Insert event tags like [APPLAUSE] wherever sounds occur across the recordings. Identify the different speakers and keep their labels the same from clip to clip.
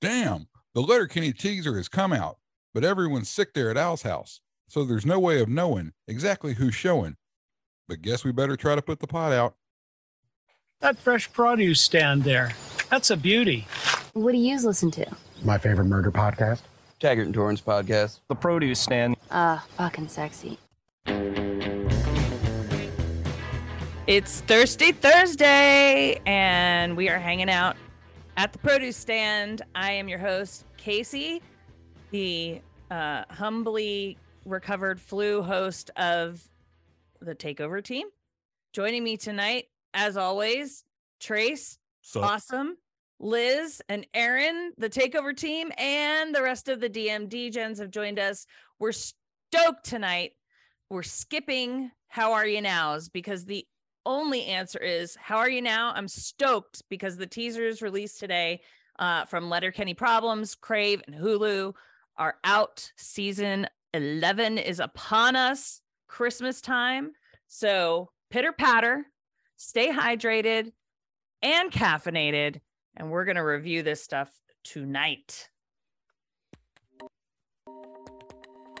Speaker 1: Damn, the Letterkenny teaser has come out, but everyone's sick there at Al's house, so there's no way of knowing exactly who's showing. But guess we better try to put the pot out.
Speaker 2: That fresh produce stand there, that's a beauty.
Speaker 3: What do you listen to?
Speaker 4: My favorite murder podcast.
Speaker 5: Taggart and Torrance podcast.
Speaker 6: The produce stand.
Speaker 3: Ah, fucking sexy.
Speaker 7: It's Thirsty Thursday, and we are hanging out at the produce stand. I am your host, Casey, the uh, humbly recovered flu host of the Takeover team. Joining me tonight, as always, Trace,
Speaker 1: So
Speaker 7: Awesome, Liz, and Aaron, the Takeover team, and the rest of the DMD gens have joined us. We're stoked tonight. We're skipping How Are You Nows because the only answer is How Are You Now? I'm stoked because the teaser is released today uh, from Letterkenny Problems, Crave, and Hulu are out. Season 11 is upon us, Christmas time. So pitter patter, stay hydrated and caffeinated. And we're going to review this stuff tonight.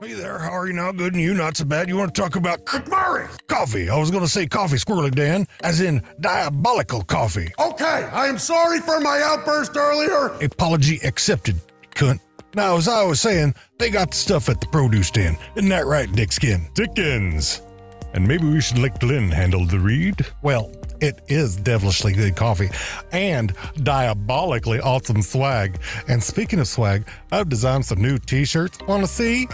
Speaker 8: Hey there, how are you now? Good and you, not so bad. You want to talk about good morning coffee? I was going to say coffee squirrely, Dan, as in diabolical coffee.
Speaker 9: Okay, I am sorry for my outburst earlier.
Speaker 8: Apology accepted, cunt. Now, as I was saying, they got the stuff at the produce stand. Isn't that right, Dickskin? Dickens. And maybe we should let Glenn handle the read. Well, it is devilishly good coffee and diabolically awesome swag. And speaking of swag, I've designed some new t shirts. Want to see?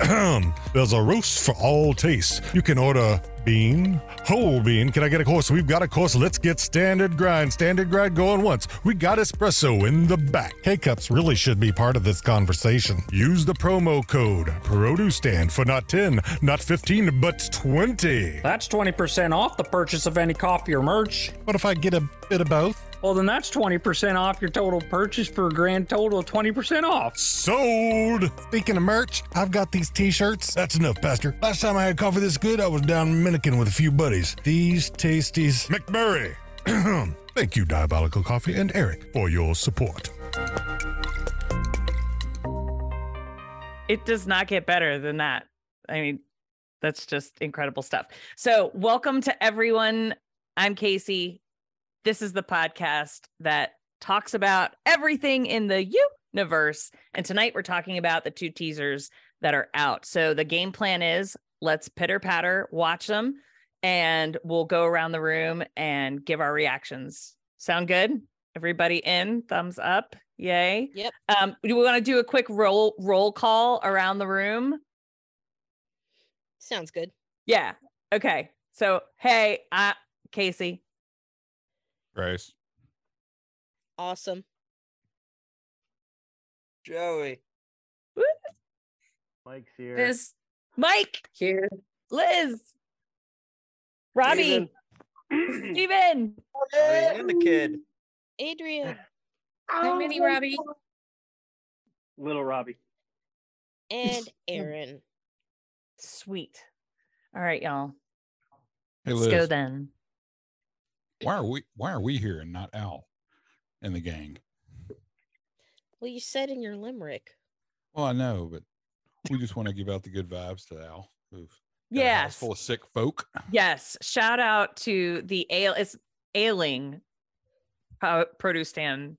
Speaker 8: There's a roast for all tastes. You can order bean, whole bean. Can I get a course? We've got a course. Let's get standard grind. Standard grind going once. We got espresso in the back. K cups really should be part of this conversation. Use the promo code produce stand for not 10, not 15, but 20.
Speaker 6: That's 20% off the purchase of any coffee or merch.
Speaker 8: What if I get a bit of both?
Speaker 6: Well, then that's 20% off your total purchase for a grand total of 20% off.
Speaker 8: Sold! Speaking of merch, I've got these t shirts. That's enough, Pastor. Last time I had coffee this good, I was down in Minikin with a few buddies. These tasties. McMurray! [CLEARS THROAT] Thank you, Diabolical Coffee and Eric, for your support.
Speaker 7: It does not get better than that. I mean, that's just incredible stuff. So, welcome to everyone. I'm Casey. This is the podcast that talks about everything in the universe. And tonight we're talking about the two teasers that are out. So, the game plan is let's pitter patter, watch them, and we'll go around the room and give our reactions. Sound good? Everybody in? Thumbs up. Yay.
Speaker 10: Yep.
Speaker 7: Um, do we want to do a quick roll roll call around the room?
Speaker 10: Sounds good.
Speaker 7: Yeah. Okay. So hey, I Casey.
Speaker 1: Grace,
Speaker 10: Awesome.
Speaker 5: Joey.
Speaker 7: Woo!
Speaker 11: Mike's here.
Speaker 7: Liz. Mike.
Speaker 5: Here.
Speaker 7: Liz. Robbie. Steven.
Speaker 5: And the kid.
Speaker 10: Adrian.
Speaker 3: Hi, Mini Robbie.
Speaker 11: Little Robbie.
Speaker 10: And Aaron.
Speaker 7: Sweet. All right, y'all.
Speaker 1: hey
Speaker 7: Let's go
Speaker 1: Liz,
Speaker 7: then.
Speaker 1: why are we why are we here and not Al and the gang?
Speaker 10: Well, you said in your limerick.
Speaker 1: Well, I know, but we just want to give out the good vibes to Al. who's got a house
Speaker 7: Yes.
Speaker 1: full of sick folk.
Speaker 7: Yes. Shout out to the ale it's ailing uh, produce stand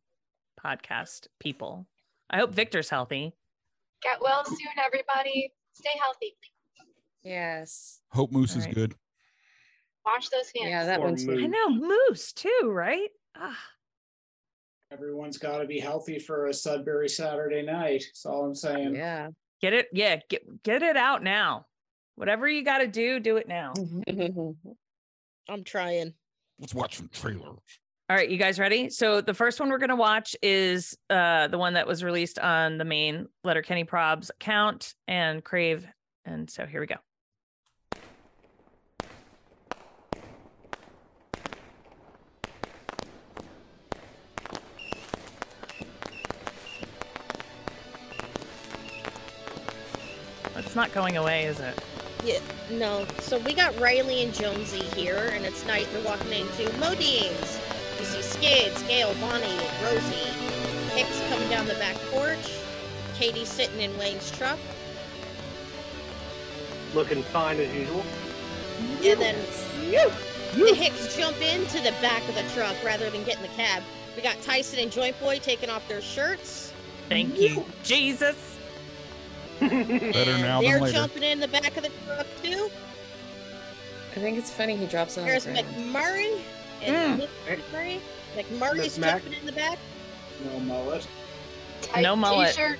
Speaker 7: podcast people. I hope Victor's healthy.
Speaker 12: Get well soon, everybody. Stay healthy.
Speaker 13: Yes.
Speaker 1: Hope Moose is
Speaker 7: Alright.
Speaker 1: good.
Speaker 12: Wash those hands.
Speaker 13: Yeah, that
Speaker 11: Or
Speaker 13: one's
Speaker 7: I
Speaker 11: Moose.
Speaker 7: know Moose too, right? Ah,
Speaker 14: Everyone's got to be healthy for a Sudbury Saturday night. That's all I'm saying.
Speaker 13: yeah.
Speaker 7: get it, yeah, get get it out now. Whatever you got to do, do it now.
Speaker 13: Mm-hmm.
Speaker 10: I'm trying.
Speaker 1: Let's watch some trailer.
Speaker 7: All right, you guys ready? So the first one we're going to watch is uh, the one that was released on the main Letterkenny Probs account and Crave. And so here we go. It's not going away, is it?
Speaker 10: Yeah, no. So we got Riley and Jonesy here, and it's night we're walking into Modine's. You see Skid, Scale, Bonnie, Rosie, Nick's coming down the back porch. Katie's sitting in Wayne's truck.
Speaker 11: Looking fine as usual.
Speaker 10: And then the Hicks jump into the back of the truck rather than get in the cab. We got Tyson and Joint Boy taking off their shirts.
Speaker 7: Thank you, Jesus.
Speaker 1: Better
Speaker 10: And
Speaker 1: now
Speaker 10: they're
Speaker 1: than later.
Speaker 10: jumping in the back of the truck too.
Speaker 13: I think it's funny he drops it on
Speaker 10: There's
Speaker 13: the ground.
Speaker 10: McMurray
Speaker 7: Hmm.
Speaker 10: and McMurray. McMurray's
Speaker 13: Miss Mac.
Speaker 10: jumping in the back.
Speaker 14: No mullet.
Speaker 7: No mullet.
Speaker 10: t-shirt.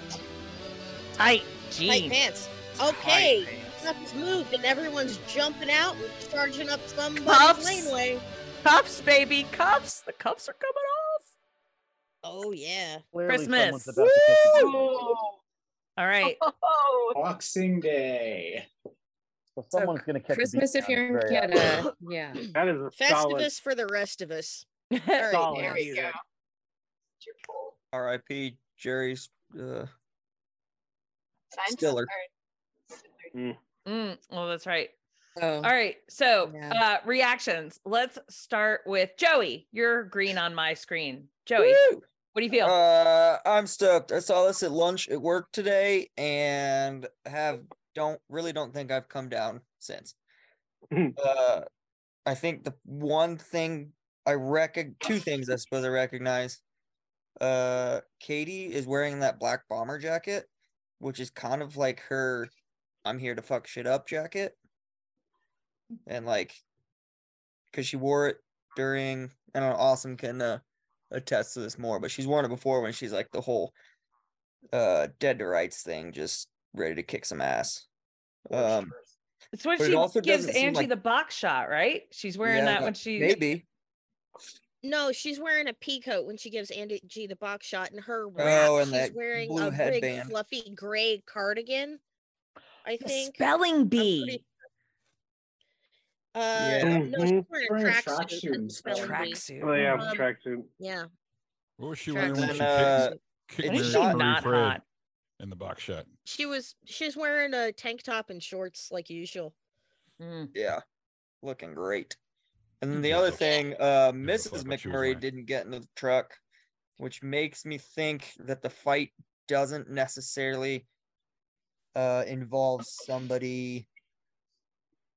Speaker 7: Tight
Speaker 10: Tight
Speaker 7: jeans.
Speaker 10: pants. Okay. Stuff's moved and everyone's jumping out and charging up somebody's
Speaker 7: Cuffs.
Speaker 10: laneway.
Speaker 7: Cuffs, baby. Cuffs. The cuffs are coming off.
Speaker 10: Oh yeah.
Speaker 7: Clearly someone's Christmas. about to kick
Speaker 10: Woo!
Speaker 7: it. All
Speaker 10: [LAUGHS]
Speaker 7: right.
Speaker 10: Oh.
Speaker 14: Boxing Day.
Speaker 15: So someone's going to catch a
Speaker 10: Christmas
Speaker 15: beat
Speaker 10: if
Speaker 15: down
Speaker 10: you're in
Speaker 15: very
Speaker 10: Canada.
Speaker 15: often.
Speaker 13: Yeah.
Speaker 11: That is a solid.
Speaker 10: Festivus for the rest of
Speaker 5: [LAUGHS]
Speaker 10: us. All right,
Speaker 11: Solid
Speaker 10: there we go.
Speaker 11: music.
Speaker 5: R.I.P. Jerry's uh, Stiller.
Speaker 11: Mm.
Speaker 7: Mm, well, that's right.
Speaker 13: Oh.
Speaker 7: All right. So uh reactions. Let's start with Joey. You're green on my screen. Joey, what do you feel?
Speaker 5: Uh, I'm stoked. I saw this at lunch at work today, and have don't really don't think I've come down since. uh, I think the one thing I recog two things I suppose I recognize. Uh, Katie is wearing that black bomber jacket, which is kind of like her "I'm here to fuck shit up" jacket, and like, because she wore it during. I don't know. Awesome can uh, attest to this more, but she's worn it before when she's like the whole uh dead to rights thing, just ready to kick some ass. Um,
Speaker 7: It's when
Speaker 5: but it
Speaker 7: she
Speaker 5: also
Speaker 7: gives
Speaker 5: doesn't seem
Speaker 7: Angie
Speaker 5: like-
Speaker 7: the box shot, right? She's wearing
Speaker 5: Yeah,
Speaker 7: that when she
Speaker 5: maybe.
Speaker 10: No, she's wearing a pea coat when she gives Andy G the box shot, and her wrap.
Speaker 5: Oh, and
Speaker 10: she's
Speaker 5: that
Speaker 10: wearing
Speaker 5: blue
Speaker 10: a big
Speaker 5: headband.
Speaker 10: fluffy gray cardigan. I think.
Speaker 7: spelling bee.
Speaker 10: Uh,
Speaker 11: Yeah.
Speaker 10: no, she's
Speaker 11: Mhm.
Speaker 10: wearing
Speaker 11: Wearing
Speaker 10: a
Speaker 11: a
Speaker 10: tracksuit.
Speaker 11: tracksuit
Speaker 10: that's
Speaker 11: instead.
Speaker 10: spelling bee.
Speaker 7: Tracksuit.
Speaker 11: Oh yeah,
Speaker 5: Mm-hmm.
Speaker 10: Um,
Speaker 11: tracksuit.
Speaker 10: Yeah.
Speaker 1: What was she wearing when she
Speaker 5: Tracksuit. Uh,
Speaker 1: kicked, kicked
Speaker 5: it's
Speaker 1: her
Speaker 5: not-
Speaker 1: furry
Speaker 5: not
Speaker 1: Fred
Speaker 5: hot.
Speaker 1: in the box shot?
Speaker 10: She was she's wearing a tank top and shorts like usual.
Speaker 5: Yeah, looking great. And then the other thing, uh, Mrs. McMurray didn't get into the truck, which makes me think that the fight doesn't necessarily uh, involve somebody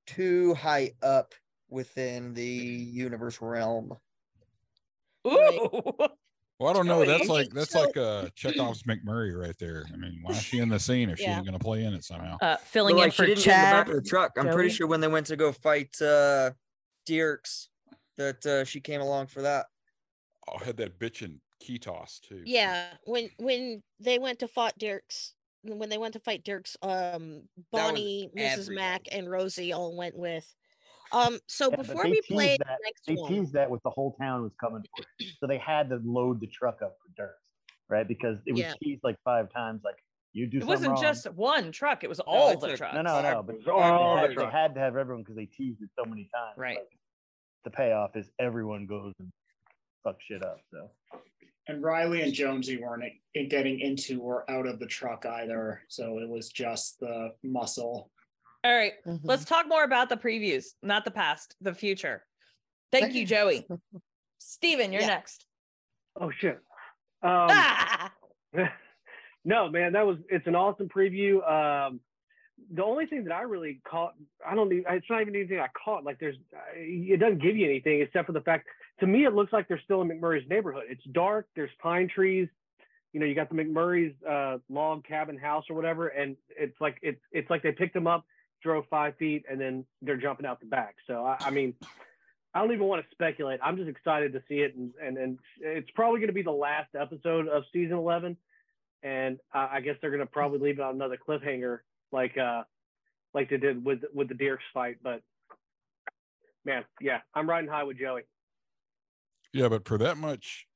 Speaker 5: too high up within the universe realm.
Speaker 1: Well, I don't know. That's
Speaker 5: Joey.
Speaker 1: like that's like uh Chekhov's McMurray right there. I mean, why is she in the scene if she
Speaker 5: Yeah.
Speaker 1: ain't gonna play in it somehow?
Speaker 7: Uh, filling
Speaker 5: But,
Speaker 7: in
Speaker 5: Oh. like, she
Speaker 7: for
Speaker 5: didn't get in the back
Speaker 7: Chad.
Speaker 5: of the truck. I'm pretty
Speaker 7: Joey.
Speaker 5: sure when they went to go fight uh, Dirks, that uh, she came along for that.
Speaker 1: Oh, had that bitchin' key toss too.
Speaker 10: Yeah, when when they went to fought Dirks, when they went to fight Dirks, um, Bonnie, Mrs. Mack, and Rosie all went with. Um, so
Speaker 15: Yeah, but
Speaker 10: before
Speaker 15: they
Speaker 10: we
Speaker 15: teased
Speaker 10: play the
Speaker 15: that,
Speaker 10: next
Speaker 15: they
Speaker 10: one,
Speaker 15: teased that with the whole town was coming for it. So they had to load the truck up for dirt, right? Because it was
Speaker 7: Yeah.
Speaker 15: teased like five times, like you do
Speaker 7: It
Speaker 15: something
Speaker 7: wasn't
Speaker 15: wrong.
Speaker 7: just one truck, it was all
Speaker 15: it's
Speaker 7: the
Speaker 15: like-
Speaker 7: trucks.
Speaker 15: No, no, no. But
Speaker 11: It's all
Speaker 15: they,
Speaker 11: the
Speaker 15: had, they
Speaker 11: trucks.
Speaker 15: had to have everyone because they teased it so many times.
Speaker 7: Right.
Speaker 15: like, the payoff is everyone goes and fuck shit up. So
Speaker 14: And Riley and Jonesy weren't i- getting into or out of the truck either. So it was just the muscle.
Speaker 7: All right, Let's talk more about the previews, not the past, the future. Thank you, [LAUGHS] Joey. Steven, you're next.
Speaker 11: Oh shit. Um, [LAUGHS] no, man, that was it's an awesome preview. Um, the only thing that I really caught, I don't even, it's not even anything I caught. Like there's, it doesn't give you anything except for the fact. To me, it looks like they're still in McMurray's neighborhood. It's dark. There's pine trees. You know, you got the McMurray's uh, log cabin house or whatever, and it's like it's it's like they picked them up, drove five feet, and then they're jumping out the back. So I, I mean, I don't even want to speculate. I'm just excited to see it, and and, and it's probably going to be the last episode of season 11, and I, I guess they're going to probably leave it on another cliffhanger, like uh, like they did with with the Deerks fight. But man, yeah, I'm riding high with Joey.
Speaker 1: Yeah, but for that much,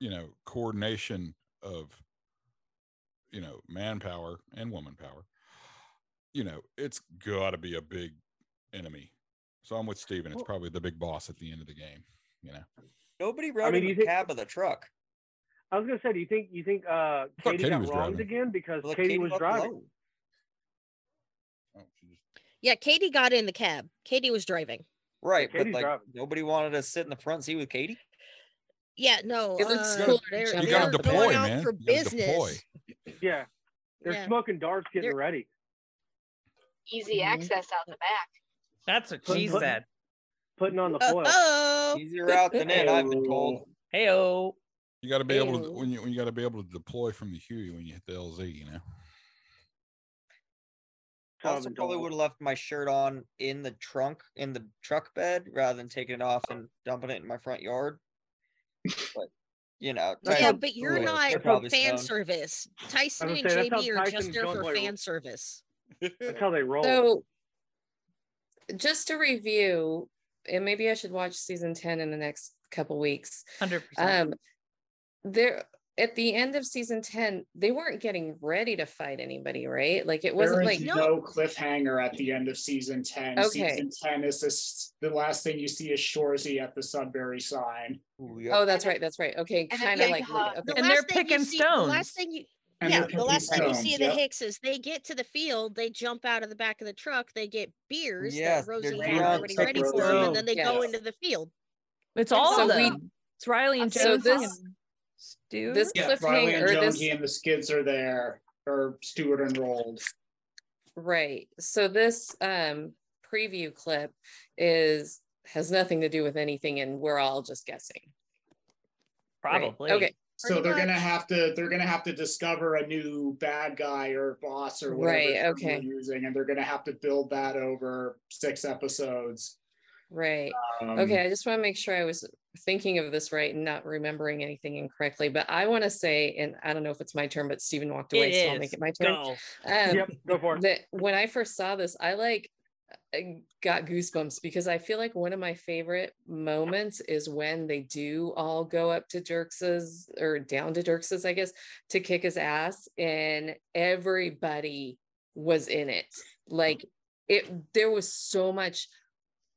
Speaker 1: you know, coordination of, you know, manpower and woman power, you know, it's got to be a big enemy. So I'm with Steven. It's probably the big boss at the end of the game, you know.
Speaker 5: Nobody rode
Speaker 11: mean,
Speaker 5: in
Speaker 11: you
Speaker 5: the
Speaker 11: think-
Speaker 5: cab of the truck.
Speaker 11: I was going to say, do you think you think uh,
Speaker 1: thought
Speaker 11: Katie,
Speaker 1: Katie
Speaker 11: got
Speaker 1: was
Speaker 11: wronged
Speaker 1: driving.
Speaker 11: again because
Speaker 5: Well,
Speaker 11: Katie,
Speaker 5: Katie
Speaker 11: was
Speaker 5: walked
Speaker 11: driving?
Speaker 5: alone.
Speaker 10: yeah, Katie got in the cab. Katie was driving.
Speaker 5: Right, but
Speaker 10: Katie's
Speaker 5: like
Speaker 10: driving.
Speaker 5: nobody wanted to sit in the front seat with Katie.
Speaker 10: Yeah, no.
Speaker 5: It looks
Speaker 10: uh,
Speaker 5: good.
Speaker 10: they're-
Speaker 1: You gotta
Speaker 10: they're
Speaker 1: deploy,
Speaker 10: going out
Speaker 1: man.
Speaker 10: For
Speaker 1: You gotta deploy.
Speaker 10: business.
Speaker 11: Yeah. They're
Speaker 10: Yeah.
Speaker 11: smoking darts getting ready.
Speaker 12: Easy
Speaker 10: Mm-hmm.
Speaker 12: access out the back.
Speaker 11: That's
Speaker 12: what she said.
Speaker 11: Putting on the foil.
Speaker 10: Oh.
Speaker 5: Easier out than in, I've been
Speaker 1: [LAUGHS]
Speaker 5: told.
Speaker 7: Heyo.
Speaker 1: You got to be able to when you when you got to be able to deploy from the Huey when you hit the LZ. You know.
Speaker 5: Also, probably would have left my shirt on in the trunk in the truck bed rather than taking it off and dumping it in my front yard. But you know,
Speaker 10: yeah,
Speaker 5: Tyson
Speaker 10: but you're
Speaker 5: Fuller,
Speaker 10: not
Speaker 5: they're probably
Speaker 10: fan
Speaker 5: stoned.
Speaker 10: service. Tyson
Speaker 11: gonna
Speaker 10: and
Speaker 11: say, that's how
Speaker 10: JB are just
Speaker 11: Tyson's
Speaker 10: there
Speaker 11: going
Speaker 10: for
Speaker 11: by-
Speaker 10: fan service.
Speaker 11: That's how they roll.
Speaker 13: So, just to review, and maybe I should watch season 10 in the next couple weeks.
Speaker 7: 100%.
Speaker 13: Um, there at the end of season 10, they weren't getting ready to fight anybody, right? Like it wasn't
Speaker 14: there
Speaker 13: like
Speaker 14: is no. cliffhanger at the end of season 10.
Speaker 13: Okay.
Speaker 14: Season 10 is this, the last thing you see is Shorzy at the Sudbury sign.
Speaker 13: Oh, that's right. That's right. Okay,
Speaker 14: And a
Speaker 13: kind of
Speaker 14: big
Speaker 13: like
Speaker 14: hug.
Speaker 13: okay.
Speaker 10: Uh, The last thing you see- the last thing you,
Speaker 14: And
Speaker 10: yeah,
Speaker 14: they're
Speaker 10: the last thing you
Speaker 14: confused.
Speaker 10: see of the
Speaker 14: Yep.
Speaker 10: Hicks is they get to the field, they jump out of the back of the truck, they get beers that
Speaker 5: Yes, they're
Speaker 10: Rosie
Speaker 5: drunk,
Speaker 10: had already
Speaker 5: they're
Speaker 10: ready for them, and then they go
Speaker 13: Yes.
Speaker 10: into the field.
Speaker 7: It's all of
Speaker 13: So we-
Speaker 7: them. it's Riley and
Speaker 13: So
Speaker 7: Jones.
Speaker 13: this
Speaker 7: Dude.
Speaker 13: this
Speaker 14: Riley
Speaker 13: cliffhanger,
Speaker 14: and
Speaker 13: this
Speaker 14: Jonesy and the Skids are there, or Stewart and Rold.
Speaker 13: Right. So this um preview clip is has nothing to do with anything and we're all just guessing. Right. Okay.
Speaker 14: So they're gonna have to they're gonna have to discover a new bad guy or boss or whatever
Speaker 13: Right,
Speaker 14: term
Speaker 13: okay.
Speaker 14: we're using, and they're gonna have to build that over six episodes.
Speaker 13: Right.
Speaker 14: Um,
Speaker 13: okay. I just want to make sure I was thinking of this right and not remembering anything incorrectly. But I want to say, and I don't know if it's my turn, but Steven walked away, so I'll make it my turn. Um,
Speaker 11: Yep, go for it.
Speaker 13: That when I first saw this, I like I got goosebumps because I feel like one of my favorite moments is when they do all go up to Dirks's or down to Dirks's, I guess, to kick his ass, and everybody was in it. Like it, there was so much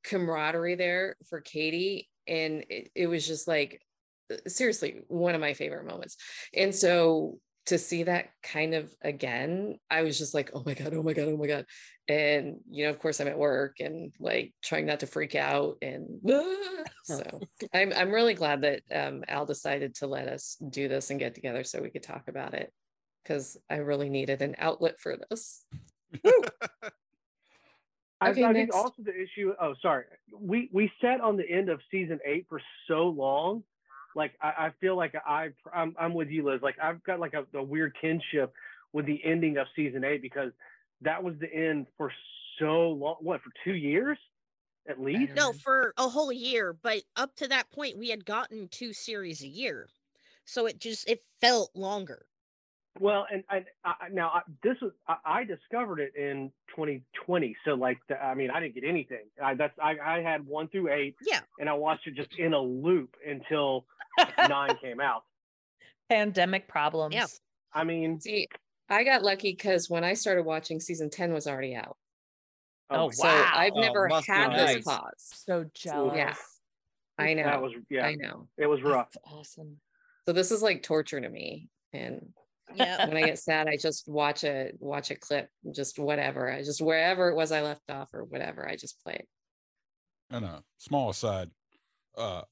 Speaker 13: camaraderie there for Katie, and it, it was just like uh, seriously one of my favorite moments. And so to see that kind of again, I was just like, oh my God, oh my God, oh my God. And, you know, of course I'm at work and like trying not to freak out. And "Ah." so I'm, I'm really glad that um, Al decided to let us do this and get together so we could talk about it because I really needed an outlet for this.
Speaker 11: I,
Speaker 13: Okay,
Speaker 11: I think
Speaker 13: next.
Speaker 11: also the issue. Oh, sorry. We we sat on the end of season eight for so long. Like I, I feel like I I'm, I'm with you, Liz. Like I've got like a, a weird kinship with the ending of season eight because that was the end for so long. What for two years, at least?
Speaker 10: No, for a whole year, but up to that point, we had gotten two series a year, so it just it felt longer.
Speaker 11: Well, and, and I, I- now I, this was I, I discovered it in 2020. So like, the, I mean, I didn't get anything. I, that's I, I had one through eight.
Speaker 10: Yeah.
Speaker 11: And I watched it just in a loop
Speaker 13: [LAUGHS]
Speaker 11: until nine came out.
Speaker 7: Pandemic problems.
Speaker 13: Yeah.
Speaker 11: I mean,
Speaker 13: See, I got lucky because when I started watching season 10 was already out.
Speaker 11: Oh,
Speaker 13: so
Speaker 11: wow.
Speaker 13: I've
Speaker 11: Oh,
Speaker 13: never
Speaker 11: must be
Speaker 13: had this
Speaker 11: nice.
Speaker 13: pause.
Speaker 7: So jealous.
Speaker 13: Yeah. I know.
Speaker 11: That was yeah.
Speaker 13: I know.
Speaker 11: It was rough.
Speaker 13: awesome. So this is like torture to me. And
Speaker 10: Yeah.
Speaker 13: when I get sad, I just watch a watch a clip, just whatever. I just wherever it was I left off or whatever, I just play it.
Speaker 1: And a small aside, uh,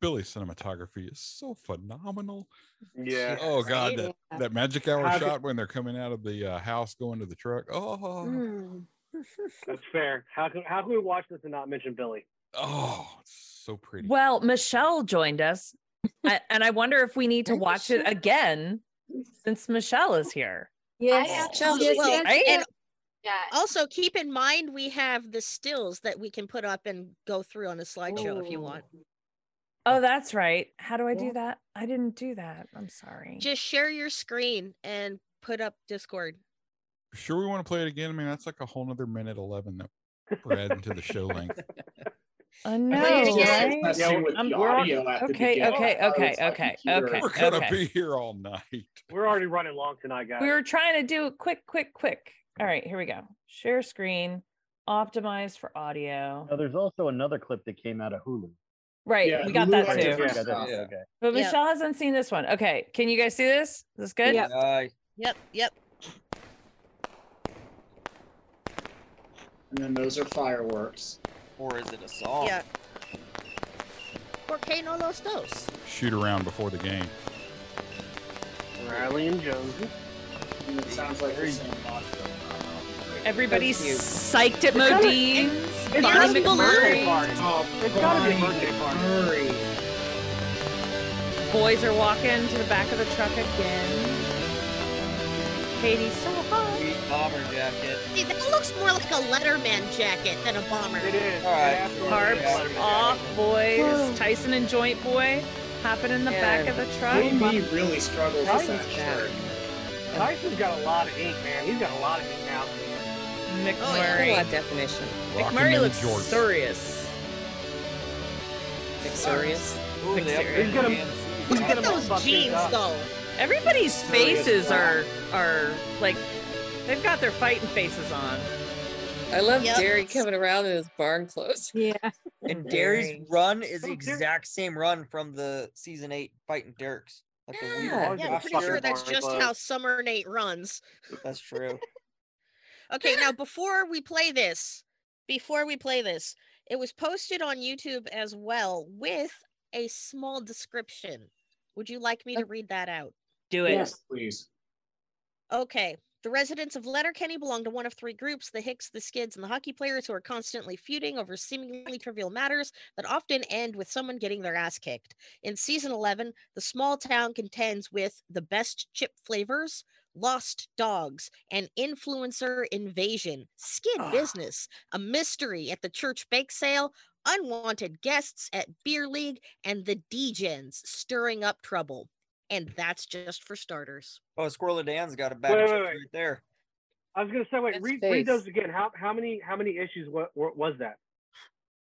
Speaker 1: Billy's cinematography is so phenomenal.
Speaker 11: Yeah.
Speaker 1: Oh God, that,
Speaker 11: Yeah.
Speaker 1: that magic hour
Speaker 11: How could-
Speaker 1: shot when they're coming out of the uh, house going to the truck. Oh,
Speaker 7: Mm.
Speaker 11: That's fair. How can how can we watch this and not mention Billy?
Speaker 1: oh, it's so pretty.
Speaker 7: Well, Michelle joined us,
Speaker 14: [LAUGHS]
Speaker 7: a- and I wonder if we need to watch it again since Michelle is here.
Speaker 10: I
Speaker 7: Yes,
Speaker 10: actually-
Speaker 7: yes,
Speaker 10: well,
Speaker 7: yes, Right?
Speaker 10: and
Speaker 7: yes.
Speaker 10: Also, keep in mind we have the stills that we can put up and go through on a slideshow if you want.
Speaker 7: Oh, that's right. How do I do that? I didn't do that. I'm sorry.
Speaker 10: Just share your screen and put up Discord.
Speaker 1: Sure, we want to play it again. I mean, that's like a whole nother minute eleven that we're adding to the
Speaker 7: [LAUGHS]
Speaker 1: show length.
Speaker 7: I
Speaker 14: I
Speaker 7: know.
Speaker 14: think it's just
Speaker 7: right?
Speaker 14: messing with
Speaker 7: I'm-
Speaker 14: the
Speaker 7: we're-
Speaker 14: audio
Speaker 7: Oh,
Speaker 14: at the Oh,
Speaker 7: okay,
Speaker 14: beginning.
Speaker 7: okay,
Speaker 14: I was
Speaker 7: okay,
Speaker 14: like,
Speaker 7: okay,
Speaker 14: here.
Speaker 7: okay.
Speaker 1: We're gonna
Speaker 7: okay.
Speaker 1: be here all night.
Speaker 11: We're already running long tonight, guys.
Speaker 7: We were trying to do it quick, quick, quick. All right, here we go. Share screen, optimize for audio.
Speaker 15: Now, there's also another clip that came out of Hulu.
Speaker 7: Right,
Speaker 15: Yeah,
Speaker 7: we got
Speaker 15: Hulu
Speaker 7: that
Speaker 15: had
Speaker 7: too.
Speaker 15: different stuff, okay.
Speaker 7: But
Speaker 10: Yeah.
Speaker 7: Michelle hasn't seen this one. Okay, can you guys see this? Is this good?
Speaker 10: Yep. Yep, yep.
Speaker 14: And then those are fireworks.
Speaker 5: Or is it a song?
Speaker 10: Yeah. ¿Por qué no los dos?
Speaker 1: Shoot around before the game.
Speaker 11: Riley and Jonesy.
Speaker 14: It sounds like the same mod.
Speaker 7: Everybody's
Speaker 14: That's cute.
Speaker 7: psyched at
Speaker 14: It's gotta-
Speaker 7: Modine's.
Speaker 14: it's gotta
Speaker 7: Barney
Speaker 14: be birthday party.
Speaker 7: McMurray.
Speaker 14: Oh, it's gotta be
Speaker 11: Barney
Speaker 14: birthday party.
Speaker 7: Boys are walking to the back of the truck again. Katie's so hot.
Speaker 5: Bomber jacket.
Speaker 10: See, that looks more like a Letterman jacket than a bomber. It
Speaker 11: is.
Speaker 5: All right.
Speaker 7: Harps off, boys. Tyson and Joint Boy hopping in the back of the truck.
Speaker 14: He really struggles with that
Speaker 7: Tyson's
Speaker 14: shirt.
Speaker 11: Tyson's got a lot of ink, man. He's got a lot of ink now.
Speaker 10: Oh,
Speaker 7: Oh, McMurray.
Speaker 13: By definition.
Speaker 1: Rocking
Speaker 7: McMurray
Speaker 1: them
Speaker 7: looks
Speaker 1: jorts.
Speaker 7: serious.
Speaker 13: Luxurious.
Speaker 5: Ooh, the
Speaker 7: Luxurious.
Speaker 5: upper hand.
Speaker 11: He's got
Speaker 10: Those jeans, though.
Speaker 7: Everybody's
Speaker 13: Serious
Speaker 7: faces are
Speaker 13: laugh.
Speaker 7: are like they've got their fighting faces on.
Speaker 13: I love
Speaker 7: Yep.
Speaker 13: Derry coming around in his barn clothes.
Speaker 7: Yeah.
Speaker 10: [LAUGHS]
Speaker 5: And Derry's run is the
Speaker 13: Oh, Derry-
Speaker 5: exact same run from the season eight fighting Dirks. Like the weird
Speaker 13: Yeah,
Speaker 10: Yeah, I'm
Speaker 5: half
Speaker 10: pretty sure
Speaker 5: shirt.
Speaker 10: that's just how Summer Nate runs.
Speaker 5: That's true.
Speaker 10: Okay, [LAUGHS] now before we play this, before we play this, it was posted on YouTube as well with a small description. Would you like me to read that out?
Speaker 7: Do it.
Speaker 14: Yes, please.
Speaker 10: Okay. The residents of Letterkenny belong to one of three groups the Hicks, the Skids, and the hockey players who are constantly feuding over seemingly trivial matters that often end with someone getting their ass kicked. In season 11, the small town contends with the best chip flavors, lost dogs, an influencer invasion, skid business, a mystery at the church bake sale, unwanted guests at beer league, and the D-Gens stirring up trouble. And that's just for starters.
Speaker 5: Oh, Squirrel Dan's got a
Speaker 11: Wait,
Speaker 5: bad
Speaker 11: wait,
Speaker 5: wait,
Speaker 11: wait.
Speaker 5: right there.
Speaker 11: I was gonna say, wait, read, read
Speaker 5: face.
Speaker 11: those again. How how many how many issues was, was that?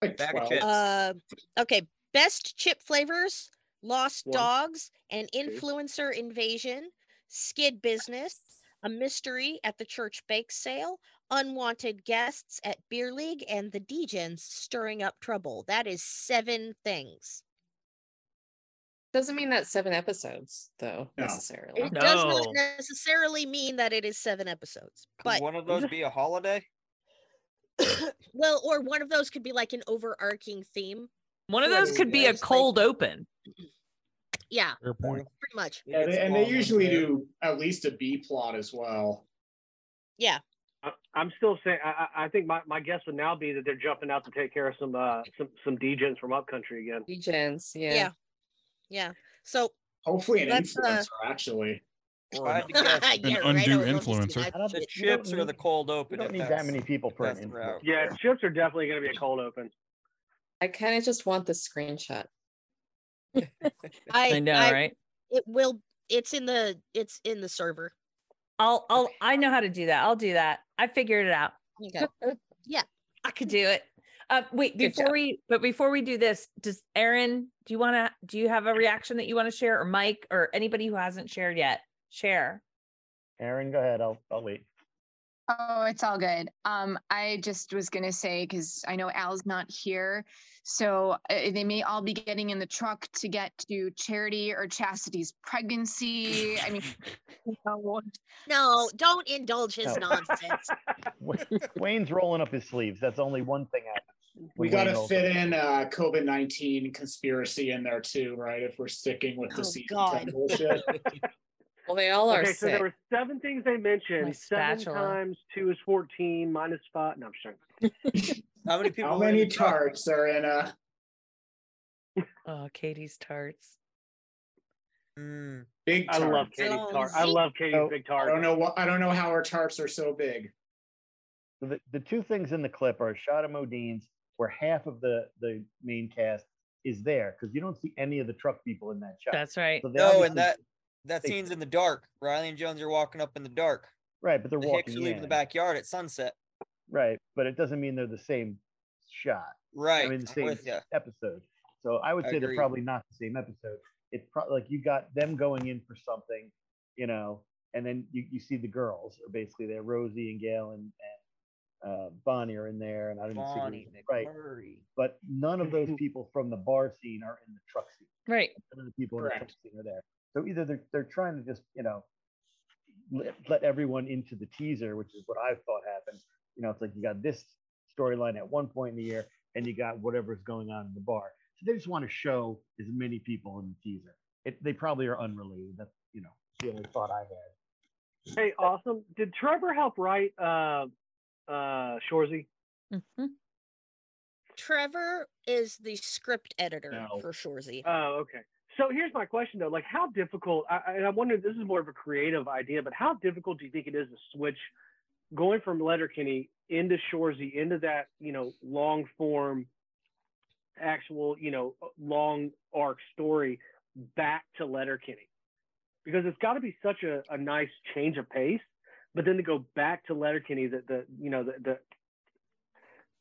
Speaker 5: Bag of chips.
Speaker 10: Uh, okay, best chip flavors: Lost
Speaker 11: One.
Speaker 10: Dogs, an influencer invasion, Skid Business, a mystery at the church bake sale, unwanted guests at beer league, and the Dgens stirring up trouble. That is seven things.
Speaker 13: [LAUGHS] Doesn't mean that's seven episodes though, necessarily.
Speaker 10: It does not necessarily mean that it is seven episodes, but
Speaker 5: Could one
Speaker 10: [LAUGHS]
Speaker 5: of those be [COUGHS] a holiday?
Speaker 10: well, or one of those could be like an overarching theme.
Speaker 7: One of
Speaker 10: Like
Speaker 7: those could be a
Speaker 10: there's, like-
Speaker 7: cold open.
Speaker 10: Yeah,
Speaker 1: Fair point.
Speaker 10: pretty much.
Speaker 14: Yeah, they, and they usually do at least a B plot as well.
Speaker 10: Yeah.
Speaker 11: I, I'm still saying I, I I think my, my guess would now be that they're jumping out to take care of some uh some some degens from upcountry again.
Speaker 13: Degens,
Speaker 10: Yeah. Yeah. So
Speaker 14: Hopefully, an
Speaker 10: That's, uh,
Speaker 14: influencer actually.
Speaker 5: If I had to guess,
Speaker 10: [LAUGHS] Yeah,
Speaker 1: An
Speaker 10: right, I
Speaker 1: undue
Speaker 10: would love to see
Speaker 1: influencer.
Speaker 10: that.
Speaker 5: the chips or the cold open.
Speaker 14: don't
Speaker 5: if
Speaker 14: need that
Speaker 5: that's-
Speaker 14: many people
Speaker 5: if
Speaker 14: for
Speaker 5: that's
Speaker 14: an
Speaker 5: the route.
Speaker 11: Yeah, chips are definitely gonna be a cold open.
Speaker 13: I kind of just want the screenshot.
Speaker 10: I,
Speaker 7: I know, right?
Speaker 10: It will. It's in the. It's in the server.
Speaker 7: I'll I'll I know how to do that. I'll do that. I figured it out.
Speaker 10: Okay. Oh, yeah.
Speaker 7: I could do it. Uh, wait, before we but before we do this, does Aaron, do you want to do you have a reaction that you want to share or Mike or anybody who hasn't shared yet? Share.
Speaker 15: Aaron, go ahead. I'll I'll
Speaker 14: [LAUGHS]
Speaker 15: wait.
Speaker 12: Oh, it's all good. Um, I just was gonna say because I know Al's not here, so uh, they may all be getting in the truck to get to Charity or Chastity's pregnancy.
Speaker 10: [LAUGHS]
Speaker 12: I mean, you know,
Speaker 10: No, don't indulge his
Speaker 15: No.
Speaker 10: nonsense.
Speaker 15: Wayne's rolling up his sleeves. That's only one thing
Speaker 7: [LAUGHS]
Speaker 15: happened.
Speaker 14: We got to fit in uh, COVID 19 conspiracy in there too, right? If we're sticking with the
Speaker 10: Oh,
Speaker 14: season
Speaker 10: God.
Speaker 7: [LAUGHS]
Speaker 14: 10 bullshit.
Speaker 13: Well, they all are
Speaker 11: okay, so
Speaker 13: sick.
Speaker 11: there were seven things they mentioned.
Speaker 13: My
Speaker 11: seven
Speaker 13: spatula.
Speaker 11: times two is fourteen minus five. No, I'm sorry.
Speaker 5: How many people?
Speaker 14: How
Speaker 5: were in
Speaker 14: many
Speaker 5: the truck?
Speaker 14: tarts are in a.
Speaker 7: Oh, Katie's tarts.
Speaker 5: Mm.
Speaker 14: Big
Speaker 11: I love
Speaker 14: tarts.
Speaker 11: Katie's
Speaker 10: Oh,
Speaker 11: tart. I
Speaker 10: see?
Speaker 11: love Katie's
Speaker 15: Oh,
Speaker 11: big
Speaker 14: I
Speaker 11: tart.
Speaker 14: don't know what I don't know how our tarts are so big.
Speaker 15: So the, the two things in the clip are a shot of Modine's, where half of the the main cast is there because you don't see any of the truck people in that shot.
Speaker 7: That's right.
Speaker 15: so they
Speaker 5: No,
Speaker 15: obviously-
Speaker 5: and that that
Speaker 15: they-
Speaker 5: scene's in the dark. Riley and Jones are walking up in the dark.
Speaker 15: right, but they're
Speaker 5: The Hicks
Speaker 15: walking
Speaker 5: are leaving the
Speaker 15: in.
Speaker 5: backyard at sunset.
Speaker 15: Right, but it doesn't mean they're the same shot.
Speaker 5: Right.
Speaker 15: I mean, the
Speaker 5: I'm
Speaker 15: same
Speaker 5: with you.
Speaker 15: episode. So I would
Speaker 5: I
Speaker 15: say they're
Speaker 5: agree.
Speaker 15: probably not the same episode. It's probably like you got them going in for something, you know, and then you, you see the girls are basically there. Rosie and Gail and, and uh, Bonnie are in there, and I didn't
Speaker 5: Bonnie
Speaker 15: see who- right,
Speaker 5: McMurray.
Speaker 15: but none of
Speaker 5: [LAUGHS]
Speaker 15: those people from the bar scene are in the truck scene.
Speaker 7: Right.
Speaker 15: None of the people in the
Speaker 14: Correct.
Speaker 15: truck scene are there. So either they're they're trying to just you know let, let everyone into the teaser, which is what I thought happened. You know, it's like you got this storyline at one point in the year, and you got whatever's going on in the bar. So they just want to show as many people in the teaser. It, they probably are unrelated. That's you know the only thought I had.
Speaker 11: Hey, awesome. Did Trevor help write uh uh Shorzy?
Speaker 10: Trevor is the script editor
Speaker 11: No.
Speaker 10: for Shorzy.
Speaker 11: Oh, okay. So here's my question though: like, how difficult? I, I- and I'm wondering. This is more of a creative idea, but how difficult do you think it is to switch going from Letterkenny into Shorzy into that you know long form, actual you know long arc story back to Letterkenny? Because it's got to be such a, a nice change of pace, but then to go back to Letterkenny, the the you know the, the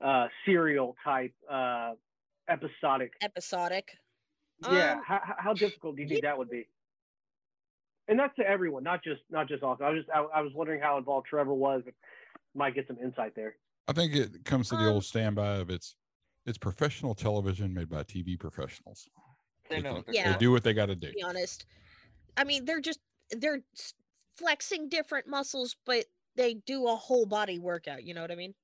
Speaker 11: uh, serial type uh, episodic
Speaker 10: Episodic.
Speaker 11: yeah,
Speaker 10: Um,
Speaker 11: how, how- how difficult do you think that would be? And that's to everyone, not just not just Austin. I was just I, I was wondering how involved Trevor was. If might get some insight there.
Speaker 1: I think it comes
Speaker 5: Um
Speaker 1: to the old standby of it's it's professional television made by TV professionals.
Speaker 5: They
Speaker 1: do-
Speaker 5: know what they're
Speaker 10: Yeah.
Speaker 1: They do what they got to do.
Speaker 10: To be honest, I mean they're just they're s- flexing different muscles, but they do a whole body workout. You know what I mean?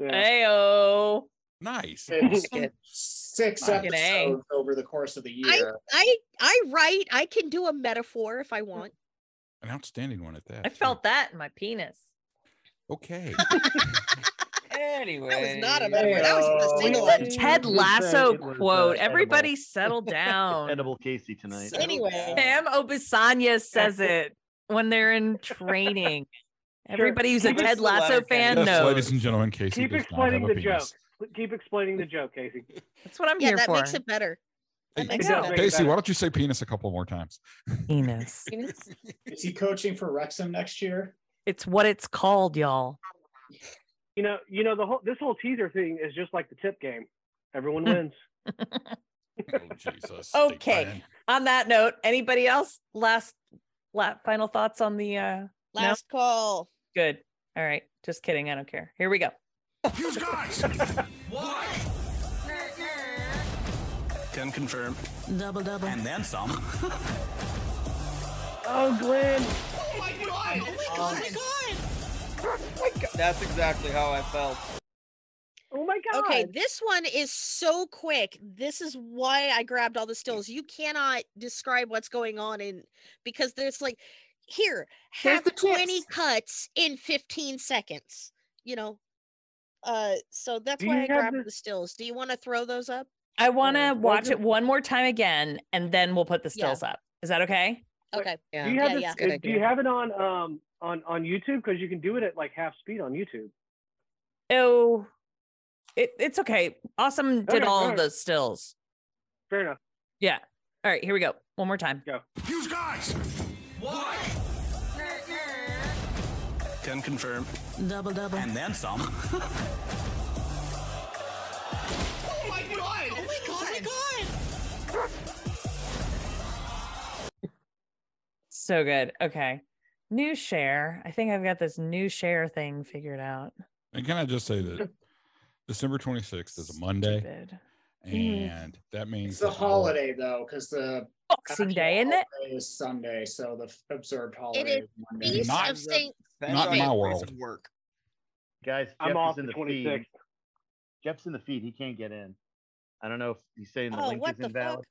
Speaker 7: Heyo.
Speaker 1: Nice.
Speaker 14: It's six
Speaker 10: Fucking A.
Speaker 14: episodes over the course of the
Speaker 10: I
Speaker 14: year.
Speaker 10: I I write. I can do a metaphor if I want.
Speaker 1: An outstanding one at that.
Speaker 7: I felt that in my penis.
Speaker 10: [LAUGHS]
Speaker 1: Okay.
Speaker 5: Anyway,
Speaker 10: That was not a metaphor. That was
Speaker 15: Oh,
Speaker 10: the
Speaker 15: we
Speaker 10: single.
Speaker 15: know
Speaker 7: Ted
Speaker 10: episode.
Speaker 15: Ted
Speaker 7: Lasso
Speaker 15: was, uh,
Speaker 7: quote.
Speaker 15: edible. [LAUGHS]
Speaker 7: Everybody settle down.
Speaker 15: Edible Casey tonight.
Speaker 10: Anyway.
Speaker 7: Sam Obisanya says it when they're in
Speaker 10: [LAUGHS]
Speaker 7: training. Everybody who's a
Speaker 11: Keep it
Speaker 7: Ted
Speaker 11: to
Speaker 7: Lasso
Speaker 11: Letterkenny.
Speaker 7: fan
Speaker 1: Yes,
Speaker 7: knows.
Speaker 1: ladies and gentlemen, Casey
Speaker 11: Keep
Speaker 1: does not have
Speaker 11: explaining
Speaker 1: a
Speaker 11: the joke.
Speaker 1: penis.
Speaker 11: Keep explaining the joke, Casey.
Speaker 7: That's what I'm
Speaker 10: Yeah,
Speaker 7: here
Speaker 10: that
Speaker 7: for.
Speaker 10: makes it better. That
Speaker 1: Hey,
Speaker 10: makes
Speaker 11: does
Speaker 10: it better.
Speaker 11: make-
Speaker 1: Casey,
Speaker 11: better.
Speaker 1: why don't you say penis a couple more times?
Speaker 7: Penis.
Speaker 14: Is he coaching for Wrexham next year?
Speaker 7: It's what it's called, y'all.
Speaker 11: You know, you know the whole this whole teaser thing is just like the tip game.
Speaker 7: [LAUGHS]
Speaker 11: Everyone wins.
Speaker 1: Oh, Jesus.
Speaker 7: Okay.
Speaker 1: Big man.
Speaker 7: On that note, anybody else? Last, la final thoughts on the uh no?
Speaker 10: Last call.
Speaker 7: Good. All right. Just kidding. I don't care. Here we go.
Speaker 9: You guys! what?
Speaker 16: Can confirm.
Speaker 10: Double double.
Speaker 16: And then some.
Speaker 11: Oh, Glenn.
Speaker 9: Oh my god!
Speaker 5: Oh my That's exactly how I felt.
Speaker 11: Oh my god.
Speaker 10: Okay, this one is so quick. This is why I grabbed
Speaker 11: Mm.
Speaker 10: all the stills. You cannot describe what's going on in because there's like here,
Speaker 5: There's
Speaker 10: have
Speaker 5: the
Speaker 10: 20
Speaker 5: clips.
Speaker 10: cuts in 15 seconds, you know. Uh so that's
Speaker 11: Do you
Speaker 10: why I
Speaker 11: have
Speaker 10: grabbed
Speaker 11: this-
Speaker 10: the stills. Do you want to throw those up?
Speaker 7: I want to
Speaker 11: Or-
Speaker 7: watch
Speaker 11: or-
Speaker 7: it one more time again, and then we'll put the
Speaker 10: Yeah.
Speaker 7: stills up. Is that okay?
Speaker 10: Okay.
Speaker 13: Yeah.
Speaker 11: do you have
Speaker 10: yeah,
Speaker 11: this,
Speaker 10: yeah.
Speaker 13: Good
Speaker 11: do
Speaker 13: idea.
Speaker 11: you have it on um on on YouTube? Because you can do it at like half speed on YouTube.
Speaker 7: Oh, it, it's okay. Awesome did
Speaker 11: Okay,
Speaker 7: all
Speaker 11: alright.
Speaker 7: of those stills.
Speaker 11: Fair enough.
Speaker 7: Yeah. All right. Here we go. One more time.
Speaker 9: You guys! What?
Speaker 16: Can confirm.
Speaker 10: Double double.
Speaker 16: And then some.
Speaker 9: Oh my god! Oh my god!
Speaker 7: So good. Okay. New share. I think I've got this new share thing figured out.
Speaker 1: [LAUGHS] And can I just say that
Speaker 7: [LAUGHS]
Speaker 1: December 26th is a Monday,
Speaker 7: Stupid. Mhm.
Speaker 1: and that means
Speaker 14: It's the
Speaker 1: that all-
Speaker 14: holiday though, because the
Speaker 7: Boxing
Speaker 14: actual
Speaker 7: Day, isn't it?
Speaker 14: holiday is Sunday, so the f- observed holiday.
Speaker 10: is
Speaker 14: Monday.
Speaker 10: Feast
Speaker 1: Not-
Speaker 10: of Saint
Speaker 5: Depends
Speaker 1: Not
Speaker 5: on
Speaker 1: my
Speaker 5: your place
Speaker 1: world.
Speaker 5: of Work.
Speaker 15: Guys, Jeff
Speaker 11: I'm off
Speaker 15: is
Speaker 11: the
Speaker 15: in the,
Speaker 11: twenty
Speaker 15: feed.
Speaker 11: sixth.
Speaker 15: Jeff's in the feed. He can't get in. I don't know if he's saying the
Speaker 10: Oh,
Speaker 15: link
Speaker 10: what
Speaker 15: is
Speaker 10: the fuck?
Speaker 15: invalid.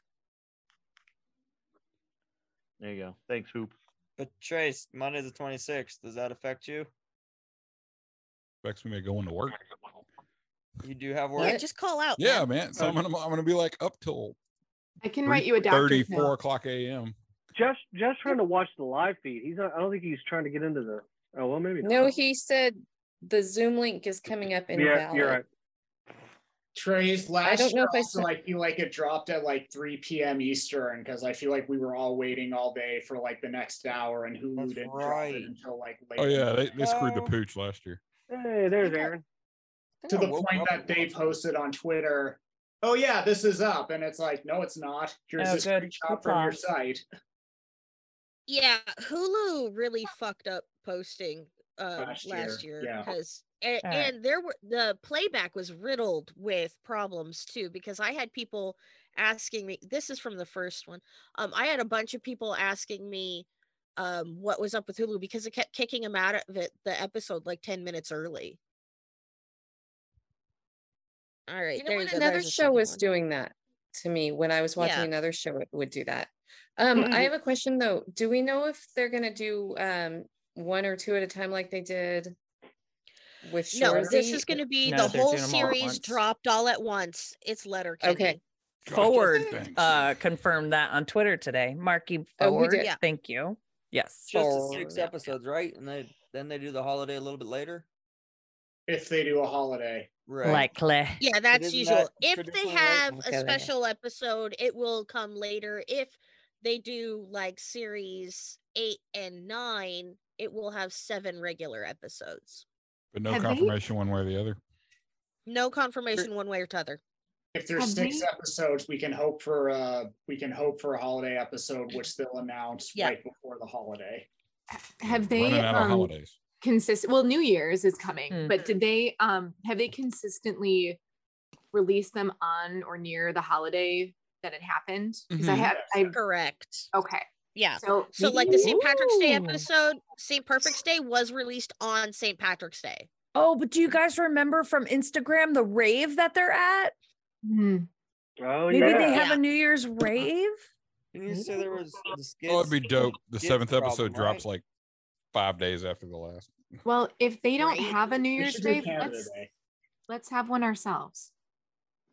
Speaker 15: There you go. Thanks, Hoop.
Speaker 5: But Trace, Monday the twenty sixth. Does that affect you?
Speaker 1: expects me to go into work.
Speaker 5: You do have work.
Speaker 10: Yeah, just call out.
Speaker 1: Yeah,
Speaker 10: man.
Speaker 1: man. So I'm gonna I'm gonna be like up till
Speaker 17: I can write you a doctor's
Speaker 1: 30,
Speaker 17: note.
Speaker 1: 4 o'clock a.m.
Speaker 11: Just just trying to watch the live feed. He's not. I don't think he's trying to get into the. Oh well, maybe.
Speaker 13: No,
Speaker 11: not.
Speaker 13: he said the Zoom link is coming up in
Speaker 11: Yeah, you're right.
Speaker 14: Trey's last
Speaker 13: don't know
Speaker 14: year
Speaker 13: if I
Speaker 14: also,
Speaker 13: saw-
Speaker 14: I feel like it dropped at like 3 p.m. Eastern because I feel like we were all waiting all day for like the next hour and Hulu
Speaker 5: That's
Speaker 14: didn't drop
Speaker 5: right.
Speaker 14: it until like late.
Speaker 1: Oh yeah, they, they screwed the
Speaker 5: Oh.
Speaker 1: pooch last year.
Speaker 11: Hey, there's Aaron.
Speaker 14: to
Speaker 5: I
Speaker 14: the
Speaker 5: woke
Speaker 14: point
Speaker 5: up
Speaker 14: that
Speaker 5: and
Speaker 14: they
Speaker 5: watched it.
Speaker 14: posted on Twitter, "Oh yeah, this is up," and it's like, "No, it's not. Here's
Speaker 7: Oh,
Speaker 14: a
Speaker 7: good.
Speaker 14: screenshot
Speaker 7: Good
Speaker 14: from your
Speaker 7: thought.
Speaker 14: site."
Speaker 10: Yeah, Hulu really fucked up posting uh
Speaker 14: Last
Speaker 10: last
Speaker 14: year,
Speaker 10: year
Speaker 14: yeah.
Speaker 10: because and,
Speaker 7: All right.
Speaker 10: there were the playback was riddled with problems too because I had people asking me this is from the first one. Um I had a bunch of people asking me um what was up with Hulu because it kept kicking them out of it, the episode like 10 minutes early. All right,
Speaker 13: You know
Speaker 10: there's
Speaker 13: what?
Speaker 10: a-
Speaker 13: Another
Speaker 10: there's a
Speaker 13: show
Speaker 10: second
Speaker 13: was
Speaker 10: one.
Speaker 13: doing that. to me when I was watching
Speaker 10: Yeah.
Speaker 13: another show. It would do [LAUGHS] that. Um, I have a question though. Do we know if they're gonna do um one or two at a time like they did with Shorty?
Speaker 10: No, this is going to be
Speaker 13: No,
Speaker 10: the
Speaker 13: they're
Speaker 10: whole
Speaker 13: doing 'em all at
Speaker 10: series
Speaker 13: once.
Speaker 10: dropped all at once. It's letter Kenny.
Speaker 13: Okay.
Speaker 7: Forward uh confirmed that on Twitter today. Marky
Speaker 13: Oh, he
Speaker 7: Forward.
Speaker 13: did. Yeah.
Speaker 7: Thank you. Yes.
Speaker 5: Just the
Speaker 7: Forward.
Speaker 5: six episodes, right? And they then they do the holiday a little bit later.
Speaker 14: If they do a holiday,
Speaker 5: right?
Speaker 7: Likely.
Speaker 10: Yeah, that's
Speaker 5: isn't
Speaker 10: usual.
Speaker 5: that
Speaker 10: If they
Speaker 5: traditionally right?
Speaker 10: have
Speaker 5: Okay,
Speaker 10: a
Speaker 5: there you go.
Speaker 10: special episode, it will come later. If they do like series eight and nine, it will have seven regular episodes.
Speaker 1: but no
Speaker 10: Have they-
Speaker 1: confirmation one way or the other.
Speaker 10: No confirmation one way or t'other.
Speaker 14: if
Speaker 1: Oh,
Speaker 14: there's
Speaker 10: Have
Speaker 14: six uh,
Speaker 10: we-
Speaker 14: episodes, we can hope for uh we can hope for a holiday episode, which they'll announce
Speaker 17: Yeah.
Speaker 14: right before the holiday.
Speaker 17: Have they um, consistent? Well, New Year's is coming, but did they um have they consistently released them on or near the holiday that it happened? Because I
Speaker 15: Mm-hmm.
Speaker 10: Mhm.
Speaker 17: have I
Speaker 10: correct.
Speaker 17: Okay.
Speaker 10: Yeah.
Speaker 17: So-
Speaker 10: So, like the St. Patrick's Day
Speaker 17: Ooh.
Speaker 10: episode, St. Perfect's Day was released on St. Patrick's Day.
Speaker 7: Oh, but do you guys remember from Instagram the rave that they're at?
Speaker 11: Oh,
Speaker 7: Maybe they
Speaker 11: yeah.
Speaker 7: have a New Year's rave.
Speaker 5: You say there was the
Speaker 1: Oh, it'd be
Speaker 5: Skids-
Speaker 1: dope. The
Speaker 5: Skids
Speaker 1: seventh
Speaker 5: problem,
Speaker 1: episode
Speaker 5: right?
Speaker 1: drops like five days after the last.
Speaker 17: well, if they don't have a New Year's
Speaker 15: should do
Speaker 17: Day,
Speaker 15: Canada
Speaker 17: let's
Speaker 15: Day.
Speaker 17: let's have one ourselves.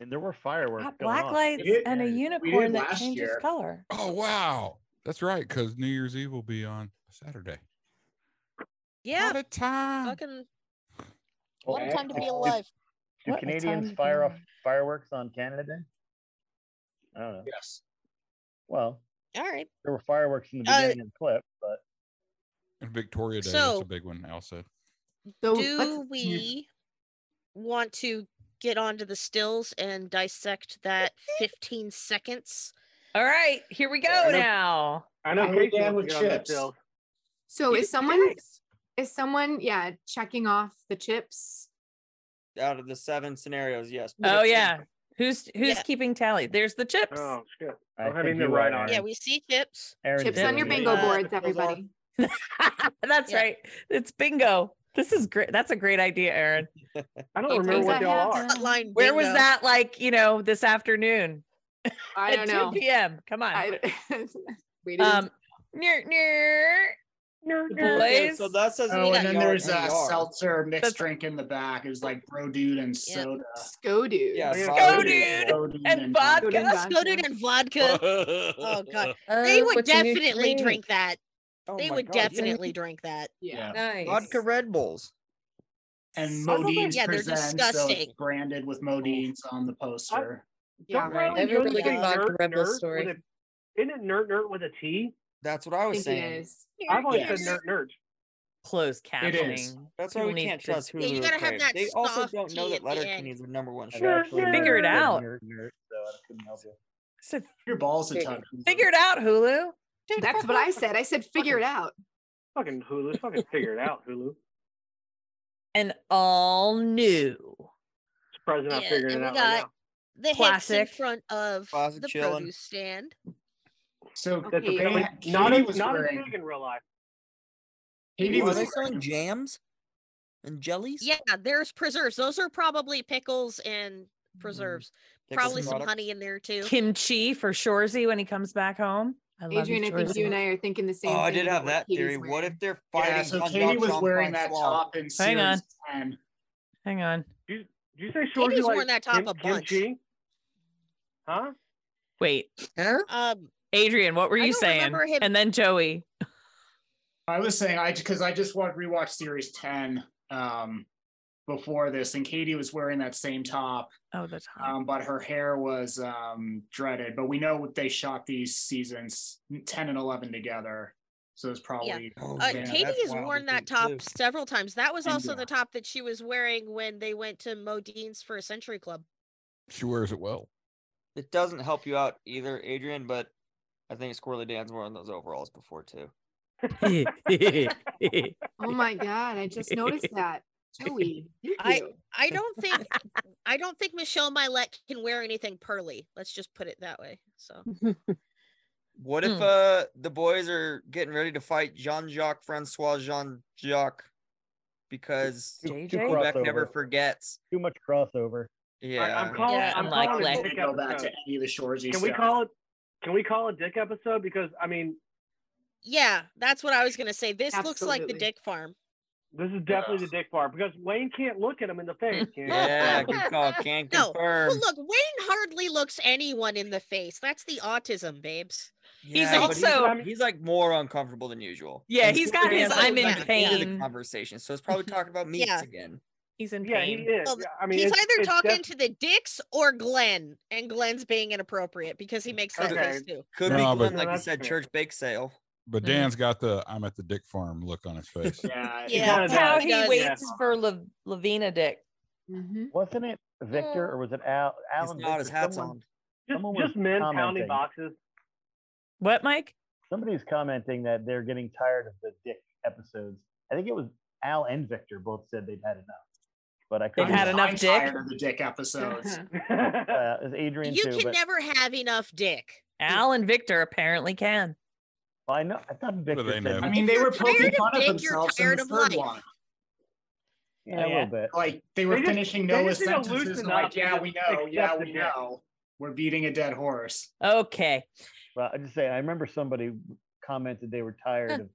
Speaker 15: And there were fireworks.
Speaker 17: Got
Speaker 15: going
Speaker 17: black
Speaker 15: on.
Speaker 17: lights
Speaker 15: We did-
Speaker 17: and a
Speaker 15: we did
Speaker 17: unicorn that
Speaker 15: last
Speaker 17: changes
Speaker 15: year.
Speaker 7: color.
Speaker 1: Oh wow, that's right. Because New Year's Eve will be on Saturday.
Speaker 10: Yeah.
Speaker 1: What a time.
Speaker 10: Fucking, what a time to be
Speaker 15: Did-
Speaker 10: alive.
Speaker 15: Oh, Do
Speaker 10: What a
Speaker 15: Canadians
Speaker 10: time to
Speaker 15: fire off fireworks on Canada Day? I don't know.
Speaker 14: Yes.
Speaker 15: Well,
Speaker 10: All right.
Speaker 15: there were fireworks in the
Speaker 10: Uh,
Speaker 15: beginning of the clip, but
Speaker 1: And Victoria Day. that's
Speaker 10: So-
Speaker 1: a big one. Al said.
Speaker 10: Do we want to get onto the stills and dissect that 15 seconds?
Speaker 7: All right, here we go now.
Speaker 11: I know
Speaker 17: I'm
Speaker 11: Casey
Speaker 17: down
Speaker 11: wants
Speaker 17: with
Speaker 11: to get on that
Speaker 17: chips.
Speaker 11: bill.
Speaker 17: So is someone is someone yeah checking off the chips?
Speaker 5: out of the seven scenarios, yes.
Speaker 7: Oh yeah. Who's who's keeping tally? There's the chips.
Speaker 11: Oh shit.
Speaker 5: I
Speaker 11: I'm having
Speaker 5: think
Speaker 11: the
Speaker 5: you
Speaker 11: right
Speaker 5: are,
Speaker 11: on.
Speaker 5: Aaron. Yeah,
Speaker 10: We see chips.
Speaker 17: Chips on your bingo boards, everybody.
Speaker 7: That's right. It's bingo. This is great. That's a great idea, Aaron.
Speaker 11: [LAUGHS] I
Speaker 17: don't remember what they all are. Hotline
Speaker 7: Where was
Speaker 17: bingo.
Speaker 7: that like, you know, this afternoon?
Speaker 17: I
Speaker 7: At
Speaker 17: don't know.
Speaker 7: 2 p.m. Come on.
Speaker 17: Waited
Speaker 7: um near near
Speaker 14: Okay,
Speaker 7: boys.
Speaker 14: so that says
Speaker 7: Oh,
Speaker 14: oh,
Speaker 7: and
Speaker 14: and then
Speaker 7: NER,
Speaker 14: there's a
Speaker 7: NER.
Speaker 14: seltzer mixed drink in the back. It was like bro dude and soda.
Speaker 17: Sco dude.
Speaker 14: Yeah,
Speaker 10: Sco dude
Speaker 14: and
Speaker 10: Vodka, Skoden and vodka.
Speaker 7: [LAUGHS]
Speaker 10: Oh god,
Speaker 14: [LAUGHS]
Speaker 7: Uh,
Speaker 10: they
Speaker 13: Oh,
Speaker 10: would
Speaker 13: what's a new
Speaker 10: definitely
Speaker 13: drink?
Speaker 10: drink that.
Speaker 5: Oh
Speaker 10: they
Speaker 5: my
Speaker 10: would
Speaker 5: God, yeah.
Speaker 10: definitely drink that.
Speaker 5: Yeah.
Speaker 13: Nice.
Speaker 5: Vodka Red Bulls.
Speaker 14: And
Speaker 5: Some of them-
Speaker 14: Modine's
Speaker 10: yeah, they're
Speaker 14: presents, so
Speaker 10: disgusting.
Speaker 14: it's branded with Modine's on the poster.
Speaker 11: Don't Riley
Speaker 13: Never
Speaker 11: Jones
Speaker 13: really
Speaker 11: say
Speaker 13: good vodka
Speaker 11: nerd,
Speaker 13: Red Bull
Speaker 11: nerd with
Speaker 13: story.
Speaker 11: a- Isn't it nerd nerd with a T?
Speaker 5: That's what I was
Speaker 11: Think it
Speaker 5: saying.
Speaker 11: is. I've always
Speaker 5: Yes.
Speaker 11: said nerd nerd.
Speaker 7: Closed captioning.
Speaker 5: It is. That's why
Speaker 7: People
Speaker 5: we
Speaker 7: need
Speaker 5: can't
Speaker 7: to-
Speaker 5: trust Hulu. or Crave. they also don't know that Letterkenny is the number one
Speaker 7: I've
Speaker 5: show.
Speaker 7: actually Figure it never out.
Speaker 15: uh,
Speaker 7: So
Speaker 14: Your balls in
Speaker 7: Fig-
Speaker 14: touch.
Speaker 7: Figure it out, Hulu.
Speaker 17: That's what I said. I said figure it out.
Speaker 11: Fucking Hulu. Fucking figure it out, Hulu.
Speaker 7: And all new.
Speaker 11: Surprised they're not
Speaker 10: Yeah,
Speaker 11: figuring it
Speaker 10: and we
Speaker 11: out right
Speaker 10: got
Speaker 11: now.
Speaker 10: the hicks in
Speaker 11: Classic.
Speaker 10: front of
Speaker 11: Classic
Speaker 10: the
Speaker 11: chillin'.
Speaker 10: produce stand.
Speaker 14: So
Speaker 11: That's
Speaker 14: Katie-
Speaker 11: okay.
Speaker 14: Katie
Speaker 11: Not a
Speaker 14: was
Speaker 11: not
Speaker 14: wearing-
Speaker 11: a pig in real life.
Speaker 14: Katie
Speaker 5: Were
Speaker 14: was
Speaker 5: they selling
Speaker 14: wearing-
Speaker 5: jams and jellies?
Speaker 10: Yeah, there's preserves. Those are probably pickles and
Speaker 14: Mm-hmm.
Speaker 10: preserves.
Speaker 7: Pickles
Speaker 10: Probably
Speaker 7: and
Speaker 10: some
Speaker 7: products.
Speaker 10: honey in there too.
Speaker 7: Kimchi for Shorzy when he comes back home. I love
Speaker 17: Adrian, I think you and I are thinking the same.
Speaker 5: Oh, I
Speaker 17: thing
Speaker 5: did
Speaker 17: about
Speaker 5: have
Speaker 17: what
Speaker 5: that
Speaker 17: Katie's
Speaker 5: theory. What if they're fighting?
Speaker 14: Yeah, so
Speaker 5: on
Speaker 14: Katie
Speaker 5: Dog
Speaker 14: was
Speaker 5: Chomp
Speaker 14: wearing
Speaker 5: on
Speaker 14: that
Speaker 5: Slaw?
Speaker 14: top in
Speaker 7: Hang on.
Speaker 14: series ten.
Speaker 7: Hang on.
Speaker 11: Did you say
Speaker 10: Katie's
Speaker 11: Shorzy like
Speaker 10: worn that top
Speaker 11: Kim-
Speaker 10: a bunch.
Speaker 11: Kimchi? Huh?
Speaker 7: Wait.
Speaker 10: Um,
Speaker 7: Adrian, what were
Speaker 11: I
Speaker 7: you
Speaker 11: don't
Speaker 7: saying?
Speaker 11: remember him-
Speaker 7: And then Joey.
Speaker 14: I was saying I because I just want rewatch series ten um before this, and Katie was wearing that same top.
Speaker 7: Oh, the top.
Speaker 14: Um, but her hair was um dreaded. But we know they shot these seasons ten and eleven together, so it's
Speaker 10: Yeah.
Speaker 14: probably.
Speaker 7: Oh,
Speaker 5: Oh,
Speaker 10: uh, Katie has worn that top several times. That was
Speaker 14: And
Speaker 10: also
Speaker 14: yeah.
Speaker 10: the top that she was wearing when they went to Modine's for a Century Club.
Speaker 1: She wears it well.
Speaker 5: It doesn't help you out either, Adrian, but I think Squirrely Dan's worn those overalls
Speaker 15: [LAUGHS]
Speaker 5: before too.
Speaker 14: [LAUGHS]
Speaker 17: Oh my god, I just
Speaker 7: [LAUGHS]
Speaker 17: noticed that. Joey, thank
Speaker 10: I
Speaker 17: you.
Speaker 10: I
Speaker 11: [LAUGHS]
Speaker 10: don't think I don't think Michelle Milet can wear anything pearly. Let's just put it that way. So
Speaker 14: Mm-hmm.
Speaker 5: What if uh the boys are getting ready to fight Jean Jacques Francois Jean Jacques because
Speaker 15: Too- too
Speaker 5: Quebec
Speaker 15: crossover.
Speaker 5: never forgets?
Speaker 15: Too much crossover.
Speaker 5: Yeah.
Speaker 11: I'm calling.
Speaker 5: Yeah,
Speaker 11: I'm
Speaker 5: unlikely.
Speaker 11: calling it a
Speaker 5: Can't
Speaker 11: dick
Speaker 5: go back
Speaker 11: episode.
Speaker 5: to any of the shores you
Speaker 11: Can we
Speaker 5: said.
Speaker 11: call it? Can we call it dick episode? Because I mean,
Speaker 10: Yeah, that's what I was gonna say. This looks like the
Speaker 11: Absolutely.
Speaker 10: dick farm.
Speaker 11: this is definitely the dick part because Wayne can't look at him in the face. Can he?
Speaker 5: [LAUGHS]
Speaker 10: [LAUGHS]
Speaker 5: Yeah, good call. Can't
Speaker 10: No,
Speaker 5: confirm.
Speaker 10: Well, look, Wayne hardly looks anyone in the face. That's the autism, babes.
Speaker 5: Yeah, but like- he's like more uncomfortable than usual.
Speaker 10: Yeah,
Speaker 5: And
Speaker 10: he's
Speaker 5: so
Speaker 10: got
Speaker 5: he
Speaker 10: his
Speaker 5: hasn't
Speaker 10: I'm in
Speaker 5: gotten into the
Speaker 10: pain.
Speaker 5: conversation, so it's probably
Speaker 7: [LAUGHS]
Speaker 5: talking about meats
Speaker 10: Yeah.
Speaker 5: again.
Speaker 7: He's in
Speaker 11: Yeah, he is.
Speaker 10: Well,
Speaker 11: Yeah, I mean,
Speaker 10: he's
Speaker 11: it's-
Speaker 10: either
Speaker 11: it's
Speaker 10: talking
Speaker 11: def-
Speaker 10: to the dicks or Glenn, and Glenn's being inappropriate because he makes that face too.
Speaker 5: Could
Speaker 1: No,
Speaker 5: be
Speaker 1: but-
Speaker 5: Glenn, like you said, church bake sale. [LAUGHS]
Speaker 1: But
Speaker 10: Mm.
Speaker 1: Dan's got the I'm at the dick farm look on his face.
Speaker 5: Yeah,
Speaker 7: Yeah, that's how he
Speaker 15: does.
Speaker 7: waits for La- Lavina Dick.
Speaker 10: Mm-hmm.
Speaker 15: Wasn't it
Speaker 10: Oh.
Speaker 15: Victor or was it Al? Alan
Speaker 7: not,
Speaker 15: Victor,
Speaker 7: his hat's
Speaker 15: someone,
Speaker 7: on.
Speaker 11: Just,
Speaker 15: someone
Speaker 11: just
Speaker 15: was
Speaker 11: men
Speaker 15: commenting.
Speaker 11: pounding boxes.
Speaker 7: What, Mike?
Speaker 15: Somebody's commenting that they're getting tired of the dick episodes. I think it was Al and Victor both said they've had enough. But I couldn't.
Speaker 7: had enough I'm dick? tired
Speaker 15: of the dick
Speaker 7: [LAUGHS]
Speaker 15: episodes. uh, is Adrian
Speaker 10: You
Speaker 15: too?
Speaker 10: can
Speaker 15: but
Speaker 10: never have enough dick.
Speaker 7: Al and Victor apparently can.
Speaker 15: I know. I thought Victor
Speaker 1: they
Speaker 15: said.
Speaker 1: know?
Speaker 15: that.
Speaker 14: I mean, they were poking
Speaker 10: tired of
Speaker 14: fun of
Speaker 10: dick, you're
Speaker 14: themselves in
Speaker 10: tired
Speaker 14: the
Speaker 10: of
Speaker 14: third
Speaker 10: life.
Speaker 14: one.
Speaker 15: Yeah, a
Speaker 14: yeah.
Speaker 15: little bit.
Speaker 14: Like they were
Speaker 11: They just-
Speaker 14: finishing
Speaker 11: they
Speaker 14: Noah's
Speaker 11: just need to
Speaker 14: sentences
Speaker 11: loosen
Speaker 14: and
Speaker 11: up
Speaker 14: like, yeah,
Speaker 11: and
Speaker 14: we
Speaker 11: just
Speaker 14: know, yeah,
Speaker 11: accept
Speaker 14: we
Speaker 11: the dick."
Speaker 14: know. We're beating a dead horse.
Speaker 7: Okay.
Speaker 15: Well, I just say I remember somebody commented they were tired of,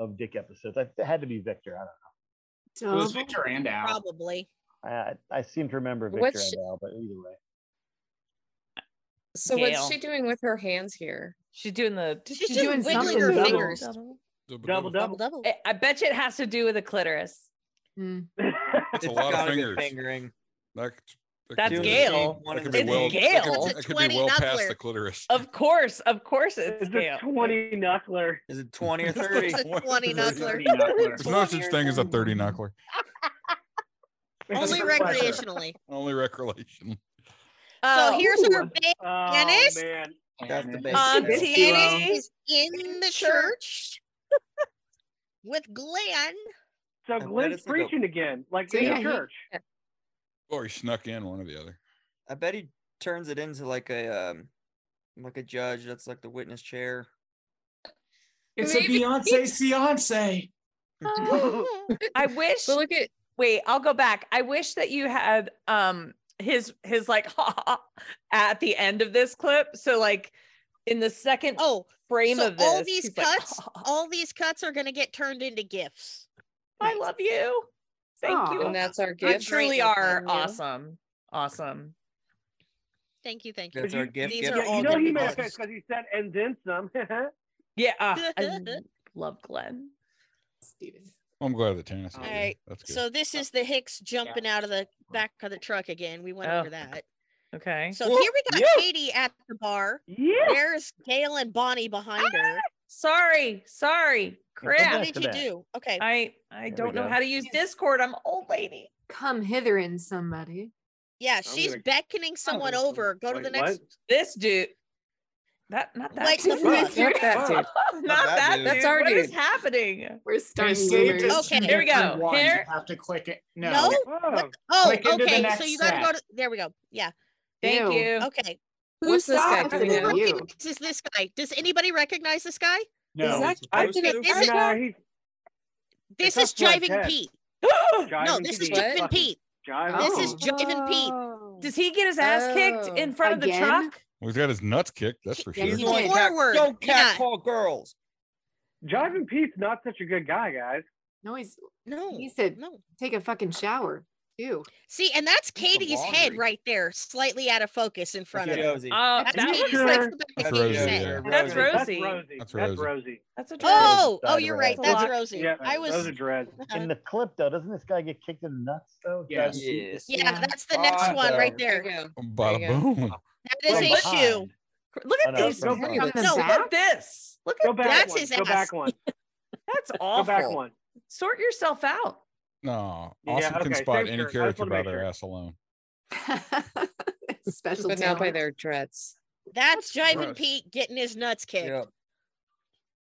Speaker 15: of dick episodes. I, it had to be Victor. I don't know.
Speaker 14: It was Victor and Al.
Speaker 10: Probably.
Speaker 15: I, I seem to remember Victor
Speaker 13: What's she-
Speaker 15: and Al, but either way.
Speaker 13: So
Speaker 7: Gail.
Speaker 13: what's she doing with her hands here?
Speaker 7: She's doing the.
Speaker 13: She's
Speaker 7: just doing wiggling something her double. fingers.
Speaker 1: Double,
Speaker 7: double.
Speaker 10: double.
Speaker 7: I- I bet you it has to do with a clitoris.
Speaker 1: That's a lot of
Speaker 5: gotta be
Speaker 1: fingers.
Speaker 5: fingering.
Speaker 1: That, c- that
Speaker 7: That's
Speaker 1: could be-
Speaker 7: Gail.
Speaker 1: that could
Speaker 7: It's
Speaker 1: be well- that could
Speaker 7: Gail.
Speaker 1: be-
Speaker 7: It's a
Speaker 1: That could be
Speaker 7: 20
Speaker 1: well past
Speaker 7: knuckler.
Speaker 1: the clitoris.
Speaker 7: Of course, of course, it's,
Speaker 11: It's a
Speaker 7: Gail.
Speaker 11: twenty knuckler.
Speaker 5: Is it twenty or thirty?
Speaker 10: It's a 20 knuckler.
Speaker 1: There's no such thing as a thirty knuckler.
Speaker 10: Only recreationally.
Speaker 1: Only recreation.
Speaker 14: Oh.
Speaker 10: so here's our big Dennis.
Speaker 11: Oh,
Speaker 10: Uh,
Speaker 11: man.
Speaker 5: That's
Speaker 10: Um,
Speaker 5: the basic.
Speaker 7: Auntie.
Speaker 10: Dennis is in the church
Speaker 14: [LAUGHS]
Speaker 10: with Glenn.
Speaker 11: So
Speaker 1: bet
Speaker 11: Glenn's
Speaker 1: it's like a-
Speaker 11: preaching again, like
Speaker 10: So
Speaker 11: in
Speaker 10: yeah,
Speaker 11: the
Speaker 10: he-
Speaker 11: church.
Speaker 1: Or he snuck in one or the other.
Speaker 5: I bet he turns it into like a um, like a judge. That's like the witness chair.
Speaker 14: It's a Beyonce seance.
Speaker 7: [LAUGHS] I wish.
Speaker 13: But look at
Speaker 7: Wait, I'll go back. I wish that you had um his his like [LAUGHS] at the end of this clip. So like in the second
Speaker 10: Oh,
Speaker 7: frame
Speaker 10: so
Speaker 7: of this,
Speaker 10: all these
Speaker 7: he's like, [LAUGHS] "Oh,
Speaker 10: cuts, all these cuts are gonna get turned into gifts.
Speaker 7: I love you. Thank
Speaker 13: Aw.
Speaker 7: you.
Speaker 13: And that's our
Speaker 7: You
Speaker 13: gift.
Speaker 7: truly
Speaker 13: Great
Speaker 7: are
Speaker 13: looking you.
Speaker 7: awesome. Awesome.
Speaker 10: Thank you, thank you.
Speaker 5: That's our gift.
Speaker 10: These
Speaker 5: gift.
Speaker 10: are
Speaker 11: Yeah,
Speaker 10: all
Speaker 11: you know he
Speaker 10: different
Speaker 11: made a
Speaker 10: colors.
Speaker 11: because he said and then some. [LAUGHS]
Speaker 7: Yeah,
Speaker 10: [LAUGHS]
Speaker 7: ah, I love Glenn.
Speaker 17: Steven.
Speaker 1: I'm glad that Tannis.
Speaker 10: All right.
Speaker 1: Oh, That's good.
Speaker 10: So this is the Hicks jumping out of the back of the truck again. We went
Speaker 7: Oh.
Speaker 10: over that.
Speaker 7: Okay.
Speaker 10: So here we got Katie at the bar.
Speaker 11: Yeah.
Speaker 10: There's Gail and Bonnie behind her.
Speaker 7: Ah, Sorry, sorry, crap.
Speaker 10: What did you do? Okay.
Speaker 7: I I
Speaker 10: we
Speaker 7: don't know
Speaker 10: go.
Speaker 7: how to use Discord. I'm an old lady.
Speaker 17: Come hither in somebody.
Speaker 10: Yeah, she's
Speaker 17: gonna-
Speaker 10: beckoning someone over. Go to the next.
Speaker 7: This dude. That not that.
Speaker 10: Wait,
Speaker 7: dude.
Speaker 10: [LAUGHS] the fuck?
Speaker 7: Not that dude. [LAUGHS] Not
Speaker 14: that
Speaker 7: that
Speaker 14: dude.
Speaker 7: dude.
Speaker 14: That's our
Speaker 7: What is
Speaker 14: dude.
Speaker 7: happening?
Speaker 17: We're
Speaker 14: They
Speaker 17: starting
Speaker 14: saved
Speaker 17: rumors.
Speaker 14: us two
Speaker 10: Okay.
Speaker 7: Here we go.
Speaker 14: different ones.
Speaker 7: Here-
Speaker 14: You have to click it.
Speaker 10: No.
Speaker 14: No.
Speaker 10: What- Oh,
Speaker 14: Click into the
Speaker 10: okay. So
Speaker 14: next
Speaker 10: you got to go
Speaker 14: set.
Speaker 10: to. There we go. Yeah.
Speaker 7: Thank Ew. you.
Speaker 10: Okay.
Speaker 17: Who
Speaker 13: What's this guy
Speaker 17: stopped
Speaker 13: doing
Speaker 17: it?
Speaker 13: now?
Speaker 17: You.
Speaker 10: This is this guy. Does anybody recognize this guy?
Speaker 14: No.
Speaker 13: Exactly. I
Speaker 14: it's-
Speaker 13: didn't-
Speaker 10: This is
Speaker 11: No, he's
Speaker 10: this
Speaker 11: not
Speaker 10: is
Speaker 11: Fred
Speaker 10: Jiving
Speaker 11: Ted.
Speaker 10: Pete. No,
Speaker 11: Jiving
Speaker 10: this is
Speaker 11: Pete.
Speaker 10: Jiving
Speaker 11: Fucking
Speaker 10: Pete.
Speaker 11: Jiving
Speaker 10: This
Speaker 11: Pete.
Speaker 10: is Jiving Pete.
Speaker 7: Does he get his ass
Speaker 13: Oh.
Speaker 7: kicked in front
Speaker 17: Again?
Speaker 7: of the truck?
Speaker 1: Well, he's got his nuts kicked. That's for sure.
Speaker 17: Yes, he
Speaker 5: Don't
Speaker 17: did.
Speaker 5: cat-
Speaker 10: Forward.
Speaker 5: Don't
Speaker 10: Yeah.
Speaker 5: catcall girls.
Speaker 11: Jiving Pete's not such a good guy, guys.
Speaker 17: No, he's
Speaker 10: No.
Speaker 17: he said
Speaker 10: No.
Speaker 17: take a fucking shower. Ew.
Speaker 10: See, and that's Katie's head
Speaker 5: laundry.
Speaker 10: right there, slightly out of focus in front of her.
Speaker 5: Rosie.
Speaker 7: Uh,
Speaker 10: That's
Speaker 7: that
Speaker 10: Katie's
Speaker 7: looks
Speaker 11: Sure.
Speaker 7: like
Speaker 10: that's the back of
Speaker 1: That's
Speaker 10: Katie's
Speaker 1: Rosie,
Speaker 10: head.
Speaker 1: yeah.
Speaker 7: that's
Speaker 11: That's
Speaker 7: Rosie.
Speaker 11: Rosie.
Speaker 1: That's
Speaker 11: That's
Speaker 1: Rosie.
Speaker 11: Rosie.
Speaker 7: That's a dress.
Speaker 10: Oh, oh,
Speaker 15: Side
Speaker 10: you're
Speaker 15: of
Speaker 10: right.
Speaker 7: her
Speaker 10: That's
Speaker 7: head.
Speaker 10: Rosie.
Speaker 11: Yeah,
Speaker 10: I
Speaker 11: those
Speaker 10: was.
Speaker 11: are dreads.
Speaker 15: In the clip though, doesn't this guy get kicked in the nuts though?
Speaker 14: Yes.
Speaker 5: Yes.
Speaker 10: Yeah,
Speaker 17: Yeah.
Speaker 10: that's the next
Speaker 5: Ah,
Speaker 10: one right
Speaker 5: no.
Speaker 10: there.
Speaker 13: you go.
Speaker 1: Bada
Speaker 13: There you
Speaker 1: boom.
Speaker 10: That is
Speaker 15: From
Speaker 10: a
Speaker 15: behind.
Speaker 10: shoe.
Speaker 7: Look
Speaker 15: I
Speaker 7: at
Speaker 15: know,
Speaker 7: these.
Speaker 15: from
Speaker 7: Look
Speaker 15: behind.
Speaker 17: From the
Speaker 10: No,
Speaker 17: back?
Speaker 7: at this. Look
Speaker 11: Go
Speaker 7: at
Speaker 11: back
Speaker 10: That's
Speaker 11: one.
Speaker 10: his
Speaker 11: Go
Speaker 10: ass.
Speaker 11: back one.
Speaker 7: that's
Speaker 11: Go
Speaker 7: awful.
Speaker 11: back one.
Speaker 7: Sort yourself out.
Speaker 1: No,
Speaker 11: Yeah,
Speaker 1: Austin can
Speaker 11: okay, same
Speaker 1: spot any
Speaker 11: shirt. I just
Speaker 1: character
Speaker 11: wanna
Speaker 1: by
Speaker 11: make
Speaker 1: their
Speaker 11: sure.
Speaker 1: ass alone.
Speaker 17: Special
Speaker 13: But now by
Speaker 17: talent.
Speaker 13: their dreads.
Speaker 10: That's Jiving
Speaker 5: gross.
Speaker 10: Pete getting his nuts kicked.
Speaker 5: Yep.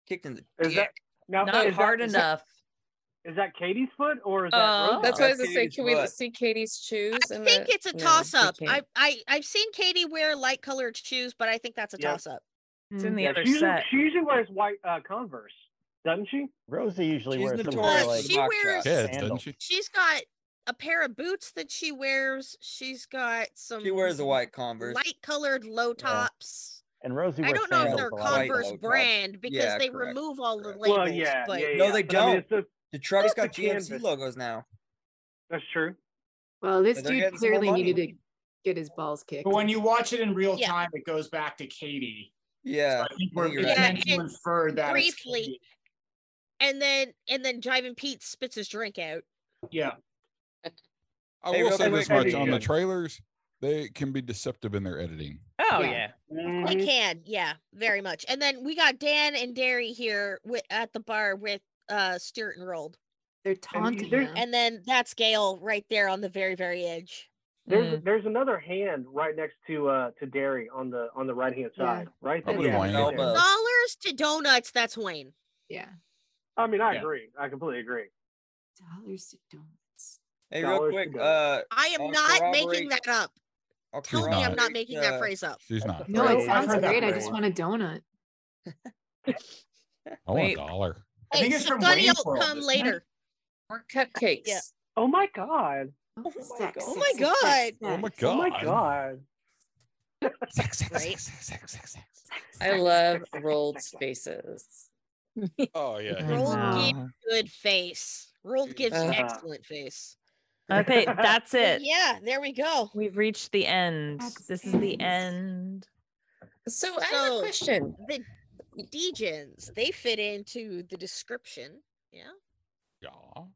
Speaker 5: Kicked in the
Speaker 11: Is that now?
Speaker 7: Not
Speaker 11: is
Speaker 7: hard
Speaker 11: that, is that-
Speaker 7: enough.
Speaker 11: Is that Katie's foot or is
Speaker 7: Oh.
Speaker 11: that? Rosie?
Speaker 13: That's why I was
Speaker 5: That's
Speaker 13: gonna say,
Speaker 5: Um, Katie's
Speaker 13: can we
Speaker 5: butt.
Speaker 13: see Katie's shoes?
Speaker 10: I
Speaker 13: in
Speaker 10: think
Speaker 13: the-
Speaker 10: it's a
Speaker 13: No, we
Speaker 10: toss up. I,
Speaker 13: can't.
Speaker 10: I I've seen Katie wear light colored shoes, but I think that's a
Speaker 11: Yeah.
Speaker 10: toss up.
Speaker 7: It's in the
Speaker 11: Yeah,
Speaker 7: other
Speaker 11: she, usually,
Speaker 7: set.
Speaker 11: she usually wears white uh, Converse, doesn't she?
Speaker 15: Rosie usually
Speaker 5: She's
Speaker 15: wears some kind of,
Speaker 5: notorious
Speaker 10: Uh,
Speaker 5: for
Speaker 15: like
Speaker 10: she
Speaker 5: mock
Speaker 10: wears-
Speaker 5: trial.
Speaker 1: Heads, doesn't
Speaker 15: Sandals.
Speaker 1: she?
Speaker 10: She's got a pair of boots that she wears. She's got some.
Speaker 5: She wears the white Converse.
Speaker 10: light colored low tops.
Speaker 15: And Rosie,
Speaker 10: I
Speaker 15: wears
Speaker 10: don't know if
Speaker 15: sandals
Speaker 10: they're
Speaker 15: a lot.
Speaker 10: Converse brand because
Speaker 5: Yeah,
Speaker 10: they
Speaker 5: correct,
Speaker 10: remove all the labels.
Speaker 5: Well,
Speaker 11: yeah,
Speaker 10: but
Speaker 11: yeah, yeah,
Speaker 5: No, they
Speaker 11: But I mean,
Speaker 5: don't.
Speaker 11: it's just-
Speaker 5: the truck's
Speaker 11: it's
Speaker 5: got
Speaker 11: the
Speaker 5: GMC
Speaker 11: canvas.
Speaker 5: logos now.
Speaker 11: That's true.
Speaker 17: Well, this
Speaker 5: But they're
Speaker 17: dude
Speaker 5: getting some more
Speaker 17: clearly
Speaker 5: money.
Speaker 17: needed to get his balls kicked.
Speaker 9: But when you watch it in real
Speaker 10: Yeah.
Speaker 9: time, it goes back to Katie.
Speaker 5: Yeah.
Speaker 9: I think we're
Speaker 5: you're
Speaker 9: it's
Speaker 5: right.
Speaker 9: meant to
Speaker 10: Yeah,
Speaker 9: infer that it's
Speaker 10: briefly. And then and then Driving Pete spits his drink out.
Speaker 9: Katie. Yeah.
Speaker 1: I
Speaker 9: Hey,
Speaker 1: will
Speaker 9: real
Speaker 1: say
Speaker 9: quick,
Speaker 1: this much
Speaker 9: Eddie.
Speaker 1: on the trailers, they can be deceptive in their editing.
Speaker 7: Oh
Speaker 10: Yeah. They can, yeah, very much. And then we got Dan and Derry here with at the bar with uh Stewart and Rolled.
Speaker 17: They're
Speaker 11: taunting there's- him.
Speaker 10: And then that's Gail right there on the very, very edge.
Speaker 11: There's
Speaker 7: Mm.
Speaker 11: there's another hand right next to uh to Derry on the on the right hand
Speaker 10: Yeah.
Speaker 11: side, right?
Speaker 1: I
Speaker 11: there.
Speaker 1: would've wanted
Speaker 11: right
Speaker 1: it.
Speaker 11: there.
Speaker 10: Dollars to donuts, that's Wayne.
Speaker 17: Yeah.
Speaker 11: I mean, I
Speaker 5: Yeah.
Speaker 11: agree. I completely agree.
Speaker 17: Dollars to donuts.
Speaker 5: Hey,
Speaker 11: Dollars
Speaker 5: real
Speaker 11: to
Speaker 5: quick.
Speaker 11: go.
Speaker 5: Uh,
Speaker 10: I am
Speaker 5: I'll
Speaker 10: not making
Speaker 5: corroborate-
Speaker 10: that up.
Speaker 5: I'll
Speaker 10: Tell me I'm not
Speaker 5: corroborate,
Speaker 10: making that
Speaker 5: uh,
Speaker 10: phrase up.
Speaker 1: She's not.
Speaker 17: No, it
Speaker 5: Right.
Speaker 17: sounds
Speaker 9: heard that
Speaker 17: great. I just
Speaker 9: phrase.
Speaker 17: want a donut.
Speaker 1: I want a
Speaker 7: Wait.
Speaker 1: dollar.
Speaker 9: I think
Speaker 10: Hey,
Speaker 9: it's from
Speaker 10: Sonny
Speaker 9: Wayne's
Speaker 10: will
Speaker 9: World,
Speaker 10: come
Speaker 9: isn't it?
Speaker 10: later.
Speaker 13: Or cupcakes.
Speaker 10: Yeah.
Speaker 11: Oh my god.
Speaker 17: Oh, sex,
Speaker 10: Oh
Speaker 17: sex,
Speaker 10: my
Speaker 17: sex,
Speaker 10: god.
Speaker 17: sex,
Speaker 1: Oh my
Speaker 17: sex.
Speaker 1: god.
Speaker 11: Oh my god.
Speaker 1: Sex, sex,
Speaker 10: Right?
Speaker 1: sex, sex, sex, sex, sex.
Speaker 13: I love rolled spaces.
Speaker 1: [LAUGHS] Oh
Speaker 10: [LAUGHS]
Speaker 1: yeah. he's-
Speaker 10: Rolled
Speaker 7: Wow.
Speaker 10: gives good face. Rolled gives
Speaker 13: Uh-huh.
Speaker 10: excellent face.
Speaker 7: [LAUGHS] Okay, that's it.
Speaker 10: Yeah, there we go.
Speaker 7: We've reached the end.
Speaker 17: That's
Speaker 7: This is the
Speaker 17: it.
Speaker 7: end.
Speaker 13: So I have a
Speaker 10: So-
Speaker 13: question.
Speaker 10: The Degens, they fit into the description. Yeah.
Speaker 1: Yeah.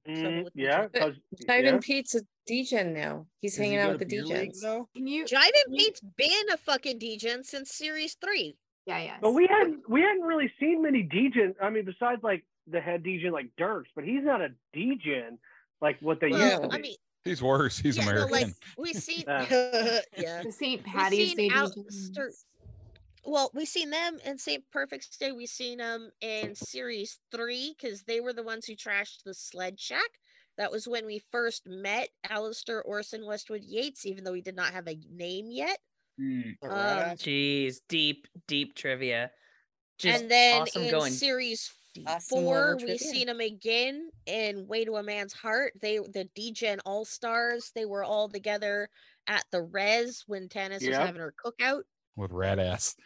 Speaker 11: Mm,
Speaker 10: with the
Speaker 11: yeah.
Speaker 13: But
Speaker 11: 'cause-
Speaker 13: Ivan
Speaker 11: yeah.
Speaker 13: Pete's a degen now. He's hanging out with the degens.
Speaker 5: though?
Speaker 17: Can you?
Speaker 10: Jivin Pete's been a fucking Degen since series three.
Speaker 17: Yeah, yeah.
Speaker 11: But we hadn't we hadn't really seen many Degen. I mean, besides like the head Degen like Dirks, but he's not a Degen like what they used
Speaker 10: Well,
Speaker 11: to
Speaker 10: I
Speaker 11: be.
Speaker 10: mean,
Speaker 1: He's worse. He's
Speaker 10: yeah, no,
Speaker 1: American.
Speaker 10: like we seen, [LAUGHS] yeah.
Speaker 17: The St. Patty's
Speaker 10: seen
Speaker 17: Day.
Speaker 10: out-
Speaker 17: Degens.
Speaker 10: start- Well, we seen them in St. Perfect's Day. We seen them in series three because they were the ones who trashed the sled shack. That was when we first met Alistair Orson Westwood Yates, even though he did not have a name yet.
Speaker 5: Mm,
Speaker 10: Um,
Speaker 5: right.
Speaker 7: Jeez, deep, deep trivia. Just
Speaker 10: and then
Speaker 7: awesome
Speaker 10: in
Speaker 7: going.
Speaker 10: series
Speaker 13: Awesome level
Speaker 10: four, we
Speaker 13: trivia.
Speaker 10: seen them again in Way to a Man's Heart. They the DGen All Stars. They were all together at the Res when Tannis was
Speaker 11: Yep.
Speaker 10: having her cookout.
Speaker 1: with rat ass.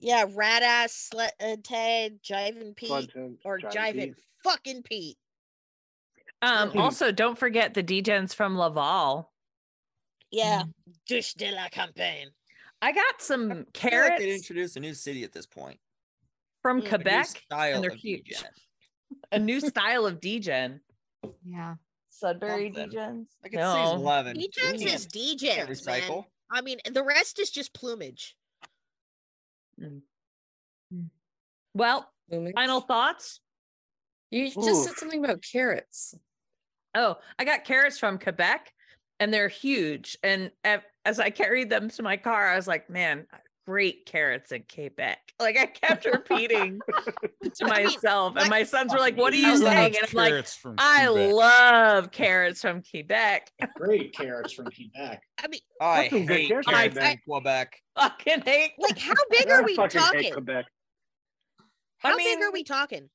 Speaker 10: Yeah, Radass, Slut uh, Ted, Jivin Pete,
Speaker 11: Bloodhound,
Speaker 10: or
Speaker 11: Giant
Speaker 10: Jivin
Speaker 11: Thief.
Speaker 10: fucking Pete.
Speaker 7: Um, also, don't forget the Dgens from Laval.
Speaker 10: Yeah, douche de la campagne.
Speaker 7: I got some
Speaker 5: I feel like
Speaker 7: carrots
Speaker 5: they'd introduce a new city at this point.
Speaker 7: from
Speaker 10: Mm.
Speaker 5: A new
Speaker 7: Quebec,
Speaker 5: style
Speaker 7: and they're
Speaker 5: of
Speaker 7: huge.
Speaker 5: Degen.
Speaker 7: a new style of Dgen.
Speaker 17: Yeah.
Speaker 7: Sudbury
Speaker 5: Something.
Speaker 7: Dgens.
Speaker 5: I can see eleven.
Speaker 10: Degens
Speaker 5: Damn,
Speaker 10: is
Speaker 5: can't
Speaker 10: Degens, man.
Speaker 5: recycle.
Speaker 10: I mean, the rest is just plumage.
Speaker 7: Well,
Speaker 13: Blooming.
Speaker 7: final thoughts.
Speaker 13: You just said
Speaker 11: Oof.
Speaker 13: something about carrots.
Speaker 7: Oh, I got carrots from Quebec and they're huge. And a- as I carried them to my car, I was like, man, great carrots in Quebec. [LAUGHS] Like I kept repeating
Speaker 13: [LAUGHS]
Speaker 7: to
Speaker 10: I mean,
Speaker 7: myself. And
Speaker 10: what-
Speaker 7: my sons were like, what are you
Speaker 10: I love
Speaker 7: saying? And I'm like,
Speaker 1: Carrots from
Speaker 7: I
Speaker 1: Quebec.
Speaker 7: love carrots from Quebec.
Speaker 14: Great carrots from Quebec.
Speaker 10: I mean,
Speaker 5: I
Speaker 11: That's some good
Speaker 5: hate
Speaker 11: character
Speaker 5: Quebec.
Speaker 11: design.
Speaker 5: Quebec.
Speaker 7: Fucking hate.
Speaker 10: like, how big
Speaker 11: I
Speaker 10: are we
Speaker 11: fucking hate
Speaker 10: talking?
Speaker 11: Quebec.
Speaker 7: I
Speaker 10: How big are
Speaker 7: mean-
Speaker 10: we talking?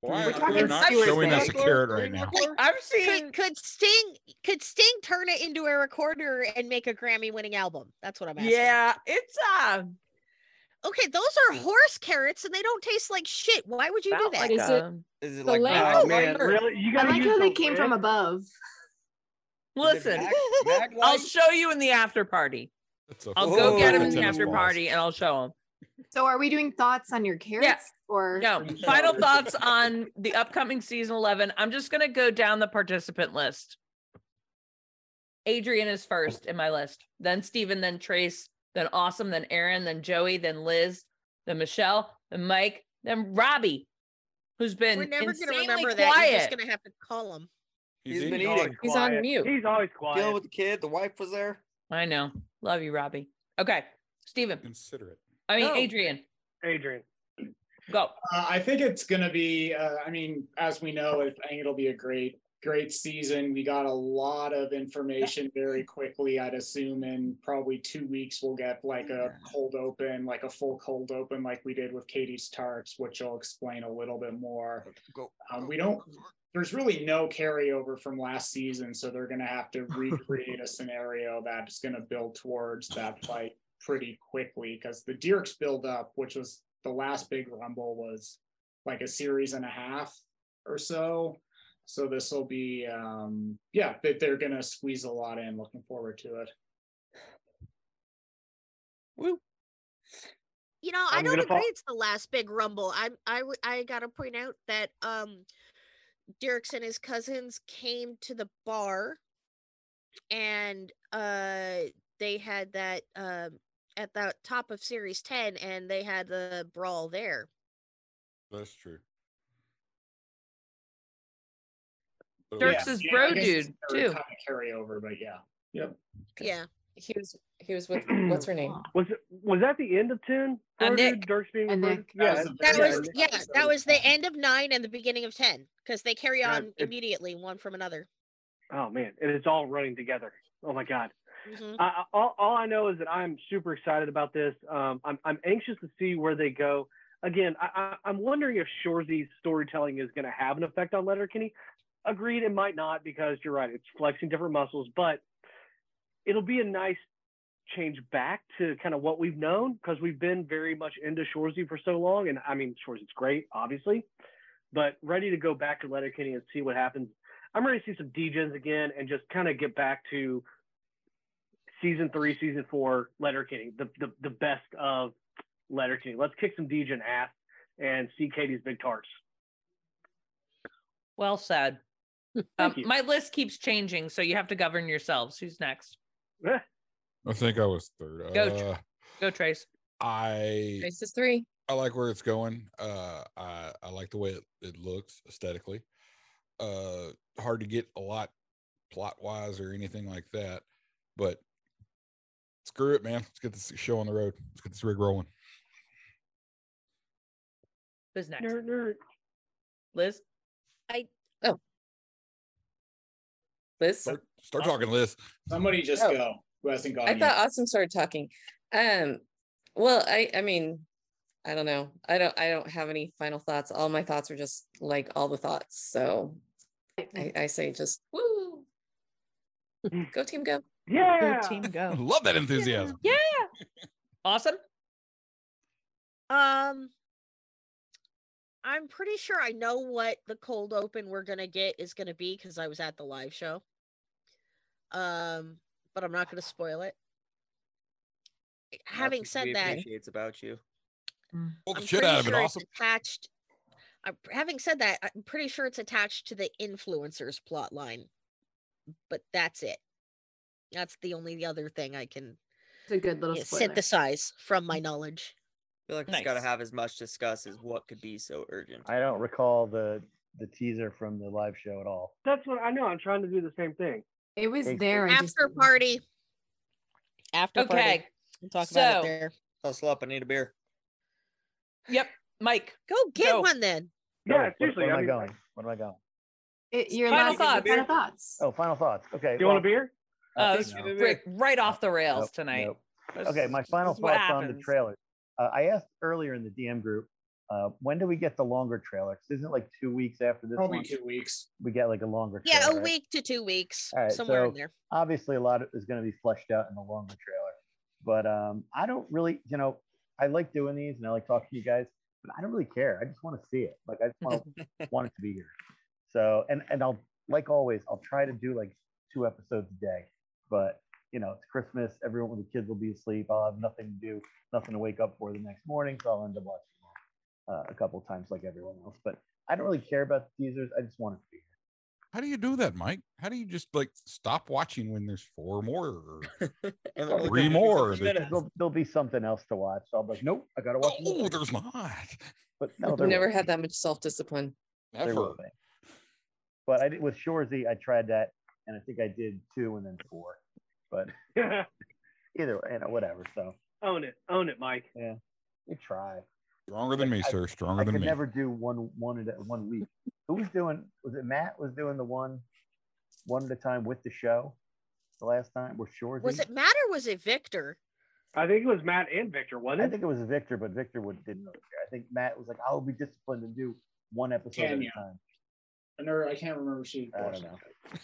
Speaker 1: Why
Speaker 14: We're
Speaker 1: are
Speaker 14: talking
Speaker 1: they not
Speaker 17: Steelers
Speaker 1: showing
Speaker 17: Bay.
Speaker 1: us a carrot right now?
Speaker 7: I'm
Speaker 10: could,
Speaker 7: seeing
Speaker 10: could Sting could Sting turn it into a recorder and make a Grammy winning album? That's what I'm asking.
Speaker 7: yeah, it's uh
Speaker 10: Okay, those are horse carrots and they don't taste like shit. Why would you do
Speaker 7: about
Speaker 10: that?
Speaker 7: like
Speaker 17: Is it-
Speaker 7: um,
Speaker 5: Is it
Speaker 17: The
Speaker 5: like
Speaker 17: lamp-
Speaker 5: Mag-
Speaker 11: Oh
Speaker 17: Oh,
Speaker 11: man,
Speaker 5: Lighter?
Speaker 11: really? You
Speaker 17: I
Speaker 11: gotta
Speaker 17: like
Speaker 11: use
Speaker 17: how they
Speaker 11: the
Speaker 17: came from
Speaker 11: lid?
Speaker 17: above.
Speaker 5: Is it
Speaker 7: [LAUGHS] listen,
Speaker 5: Mag- Mag
Speaker 7: I'll
Speaker 5: Light?
Speaker 7: show you in the after party.
Speaker 1: That's a
Speaker 7: I'll go get him in
Speaker 1: fucking
Speaker 7: the
Speaker 5: Oh.
Speaker 7: after
Speaker 1: tennis
Speaker 7: party and I'll show him.
Speaker 17: So are we doing thoughts on your carrots or
Speaker 7: No, final thoughts on the upcoming season 11. I'm just going to go down the participant list. Adrian is first in my list, then Steven, then Trace, then Awesome, then Aaron, then Joey, then Liz, then Michelle, then Mike, then Robbie, who's been
Speaker 10: We're never
Speaker 7: insanely
Speaker 10: gonna remember
Speaker 7: quiet.
Speaker 10: that. You're just gonna have to call them.
Speaker 1: He's,
Speaker 5: He's
Speaker 1: eating.
Speaker 5: been
Speaker 11: He's always
Speaker 5: eating.
Speaker 13: He's on
Speaker 11: quiet.
Speaker 13: mute.
Speaker 11: He's always quiet.
Speaker 5: Dealing with the kid. The wife was there.
Speaker 7: I know. Love you, Robbie. Okay, Steven.
Speaker 1: Considerate.
Speaker 7: I
Speaker 1: Oh.
Speaker 7: mean,
Speaker 13: No.
Speaker 7: Adrian,
Speaker 11: Adrian.
Speaker 7: go.
Speaker 14: Uh, I think it's going to be. Uh, I mean, as we know, I think it'll be a great, great season. We got a lot of information very quickly. I'd assume in probably two weeks we'll get like a cold open, like a full cold open, like we did with Katie's tarts, which will explain a little bit more.
Speaker 5: Go.
Speaker 14: Um, we don't
Speaker 9: there's really no carryover from last season, so they're going to have
Speaker 14: [LAUGHS]
Speaker 9: to recreate a scenario that's going to build towards that fight pretty quickly because the Dirks build up, which was the last big rumble, was like a series and a half or so. So this will be, um, yeah, that they're going to squeeze a lot in. Looking forward to it.
Speaker 10: You know, I
Speaker 9: I'm
Speaker 10: don't
Speaker 9: gonna
Speaker 10: agree.
Speaker 9: fall-
Speaker 10: It's the last big rumble. I I w- I gotta point out that um, Dirks and his cousins came to the bar, and uh, they had that um at the top of series ten, and they had the brawl there.
Speaker 1: That's true.
Speaker 7: Dirks is bro dude, too.
Speaker 9: Kind of carryover, but yeah.
Speaker 15: Yep.
Speaker 10: Yeah.
Speaker 13: He was he was with what's her name?
Speaker 11: Was it, was that the end of ten?
Speaker 13: Uh,
Speaker 11: Brody
Speaker 13: Nick.
Speaker 11: Dirk's being
Speaker 13: Uh,
Speaker 11: recruited?
Speaker 13: Nick.
Speaker 11: Yeah,
Speaker 13: That
Speaker 11: and-
Speaker 10: That
Speaker 11: yeah,
Speaker 10: was
Speaker 11: and-
Speaker 10: yeah, that was the end of nine and the beginning of ten because they carry
Speaker 11: Yeah,
Speaker 10: on
Speaker 11: it-
Speaker 10: immediately one from another.
Speaker 11: Oh man, and it's all running together. Oh my god.
Speaker 10: Mhm.
Speaker 11: I, I- all, all I know is that I'm super excited about this. Um, I'm, I'm anxious to see where they go. Again, I, I, I'm wondering if Shorzy's storytelling is going to have an effect on Letterkenny. Agreed, it might not because you're right, it's flexing different muscles, but it'll be a nice change back to kind of what we've known because we've been very much into Shorzy for so long. And I mean, Shorzy's great, obviously, but ready to go back to Letterkenny and see what happens. I'm ready to see some DJs again and just kind of get back to season three, season four, Letterkenny, the, the, the best of Letterkenny. Let's kick some DJ ass and see Katie's big tarts.
Speaker 15: [LAUGHS]
Speaker 7: Well said. Um, my list keeps changing, so you have to govern yourselves. Who's next?
Speaker 1: I think I was third.
Speaker 7: Go,
Speaker 1: Uh,
Speaker 7: Tr- go Trace.
Speaker 1: I
Speaker 13: Traces three.
Speaker 1: I like where it's going. Uh, I I like the way it, it looks aesthetically. Uh, hard to get a lot plot wise or anything like that, but screw it, man. Let's get this show on the road. Let's get this rig rolling.
Speaker 7: Who's next?
Speaker 13: Liz.
Speaker 10: I
Speaker 13: oh. Liz.
Speaker 1: Start, start talking, Liz.
Speaker 9: Somebody just
Speaker 13: Oh.
Speaker 9: go who hasn't gone
Speaker 13: I
Speaker 9: yet.
Speaker 1: [LAUGHS]
Speaker 13: thought Awesome started talking. Um, well, I I mean, I don't know. I don't I don't have any final thoughts. All my thoughts are just like all the thoughts. So I, I say just woo. Go team go.
Speaker 11: Yeah.
Speaker 7: Go team go.
Speaker 1: [LAUGHS] Love that enthusiasm.
Speaker 7: Yeah. Awesome.
Speaker 10: Um, I'm pretty sure I know what the cold open we're gonna get is gonna be because I was at the live show. Um, but I'm not gonna spoil it. Having
Speaker 5: That's what we
Speaker 10: said that,
Speaker 5: appreciates about you.
Speaker 1: Pull the
Speaker 10: I'm
Speaker 1: shit
Speaker 10: pretty
Speaker 1: out of it.
Speaker 10: sure it's
Speaker 1: Awesome.
Speaker 10: attached. I'm- having said that, I'm pretty sure it's attached to the influencers plot line, but that's it. That's the only other thing I can
Speaker 17: It's a good little
Speaker 10: yeah,
Speaker 17: spoiler. Mm.
Speaker 10: synthesize from my knowledge.
Speaker 5: I feel like it's got to have as much discuss as what could be so urgent.
Speaker 15: I don't recall the the teaser from the live show at all.
Speaker 11: That's what I know. I'm trying to do the same thing.
Speaker 17: It was
Speaker 15: Thanks.
Speaker 17: there. I just
Speaker 10: After party. After
Speaker 7: Okay.
Speaker 10: We'll talk
Speaker 7: so-
Speaker 10: about it there.
Speaker 5: I'll slap. I need a beer.
Speaker 7: Yep. Mike.
Speaker 10: Go get one then.
Speaker 15: No,
Speaker 11: Yeah,
Speaker 15: what-
Speaker 11: seriously,
Speaker 15: Where
Speaker 11: I
Speaker 15: am I,
Speaker 11: mean-
Speaker 15: going? What am I going?
Speaker 17: it, your
Speaker 7: Final
Speaker 17: last
Speaker 7: thoughts.
Speaker 17: final thoughts.
Speaker 15: Oh, final thoughts. Okay.
Speaker 11: You want a beer?
Speaker 7: Uh,
Speaker 15: I
Speaker 7: it's
Speaker 15: think so.
Speaker 7: right, right off the rails
Speaker 15: Oh, Nope,
Speaker 7: tonight.
Speaker 15: nope.
Speaker 7: This-
Speaker 15: Okay, my
Speaker 7: this
Speaker 15: final
Speaker 7: is what
Speaker 15: thoughts on the
Speaker 7: happens.
Speaker 15: trailer. Uh, I asked earlier in the DM group, uh, when do we get the longer trailer? 'Cause isn't it like two weeks after this
Speaker 9: Probably
Speaker 15: one?
Speaker 9: two weeks.
Speaker 15: We get like a longer
Speaker 10: Yeah,
Speaker 15: trailer,
Speaker 10: a
Speaker 15: right?
Speaker 10: week to two weeks,
Speaker 15: All right,
Speaker 10: somewhere
Speaker 15: so
Speaker 10: in there.
Speaker 15: Obviously, a lot is going to be fleshed out in the longer trailer. But um, I don't really, you know, I like doing these and I like talking to you guys, but I don't really care. I just want to see it. Like I just
Speaker 10: [LAUGHS]
Speaker 15: want to want it to be here. So and and I'll like always, I'll try to do like two episodes a day. But you know, it's Christmas. Everyone with the kids will be asleep. I'll have nothing to do, nothing to wake up for the next morning. So I'll end up watching them, uh, a couple of times like everyone else. But I don't really care about the teasers. I just want it to be here.
Speaker 1: How do you do that, Mike? How do you just like stop watching when there's four more?
Speaker 7: [LAUGHS]
Speaker 1: or-
Speaker 5: And
Speaker 1: Three
Speaker 5: look, it's
Speaker 1: more.
Speaker 5: fifteen minutes.
Speaker 15: There'll, there'll be something else to watch. So I'll be like, nope, I gotta watch. another
Speaker 1: Oh,
Speaker 15: one."
Speaker 1: there's not.
Speaker 10: [LAUGHS]
Speaker 15: But no,
Speaker 7: Oh,
Speaker 13: I've
Speaker 15: there
Speaker 13: never
Speaker 15: will
Speaker 13: had that much self discipline.
Speaker 15: be. There will
Speaker 1: Never.
Speaker 15: be. But I did with Shorzy, I tried that, and I think I did two and then four.
Speaker 10: [LAUGHS]
Speaker 15: But either way, you know, whatever. So
Speaker 11: own it, own it, Mike.
Speaker 15: yeah, you try.
Speaker 1: Stronger than me,
Speaker 15: I-
Speaker 1: sir. Stronger
Speaker 15: I
Speaker 1: than
Speaker 15: could
Speaker 1: me.
Speaker 15: never do one one at a- one week. Who was doing? Was it Matt? Was doing the one one at a time with the show the last time? With Shorzy?
Speaker 10: Was it Matt or was it Victor?
Speaker 11: I think it was Matt and Victor, wasn't it?
Speaker 15: I think it was Victor, but Victor would, didn't really care. I think Matt was like, I'll be disciplined and do one episode at
Speaker 9: Tanya.
Speaker 15: a time.
Speaker 18: Or I can't remember if she.
Speaker 14: I don't know.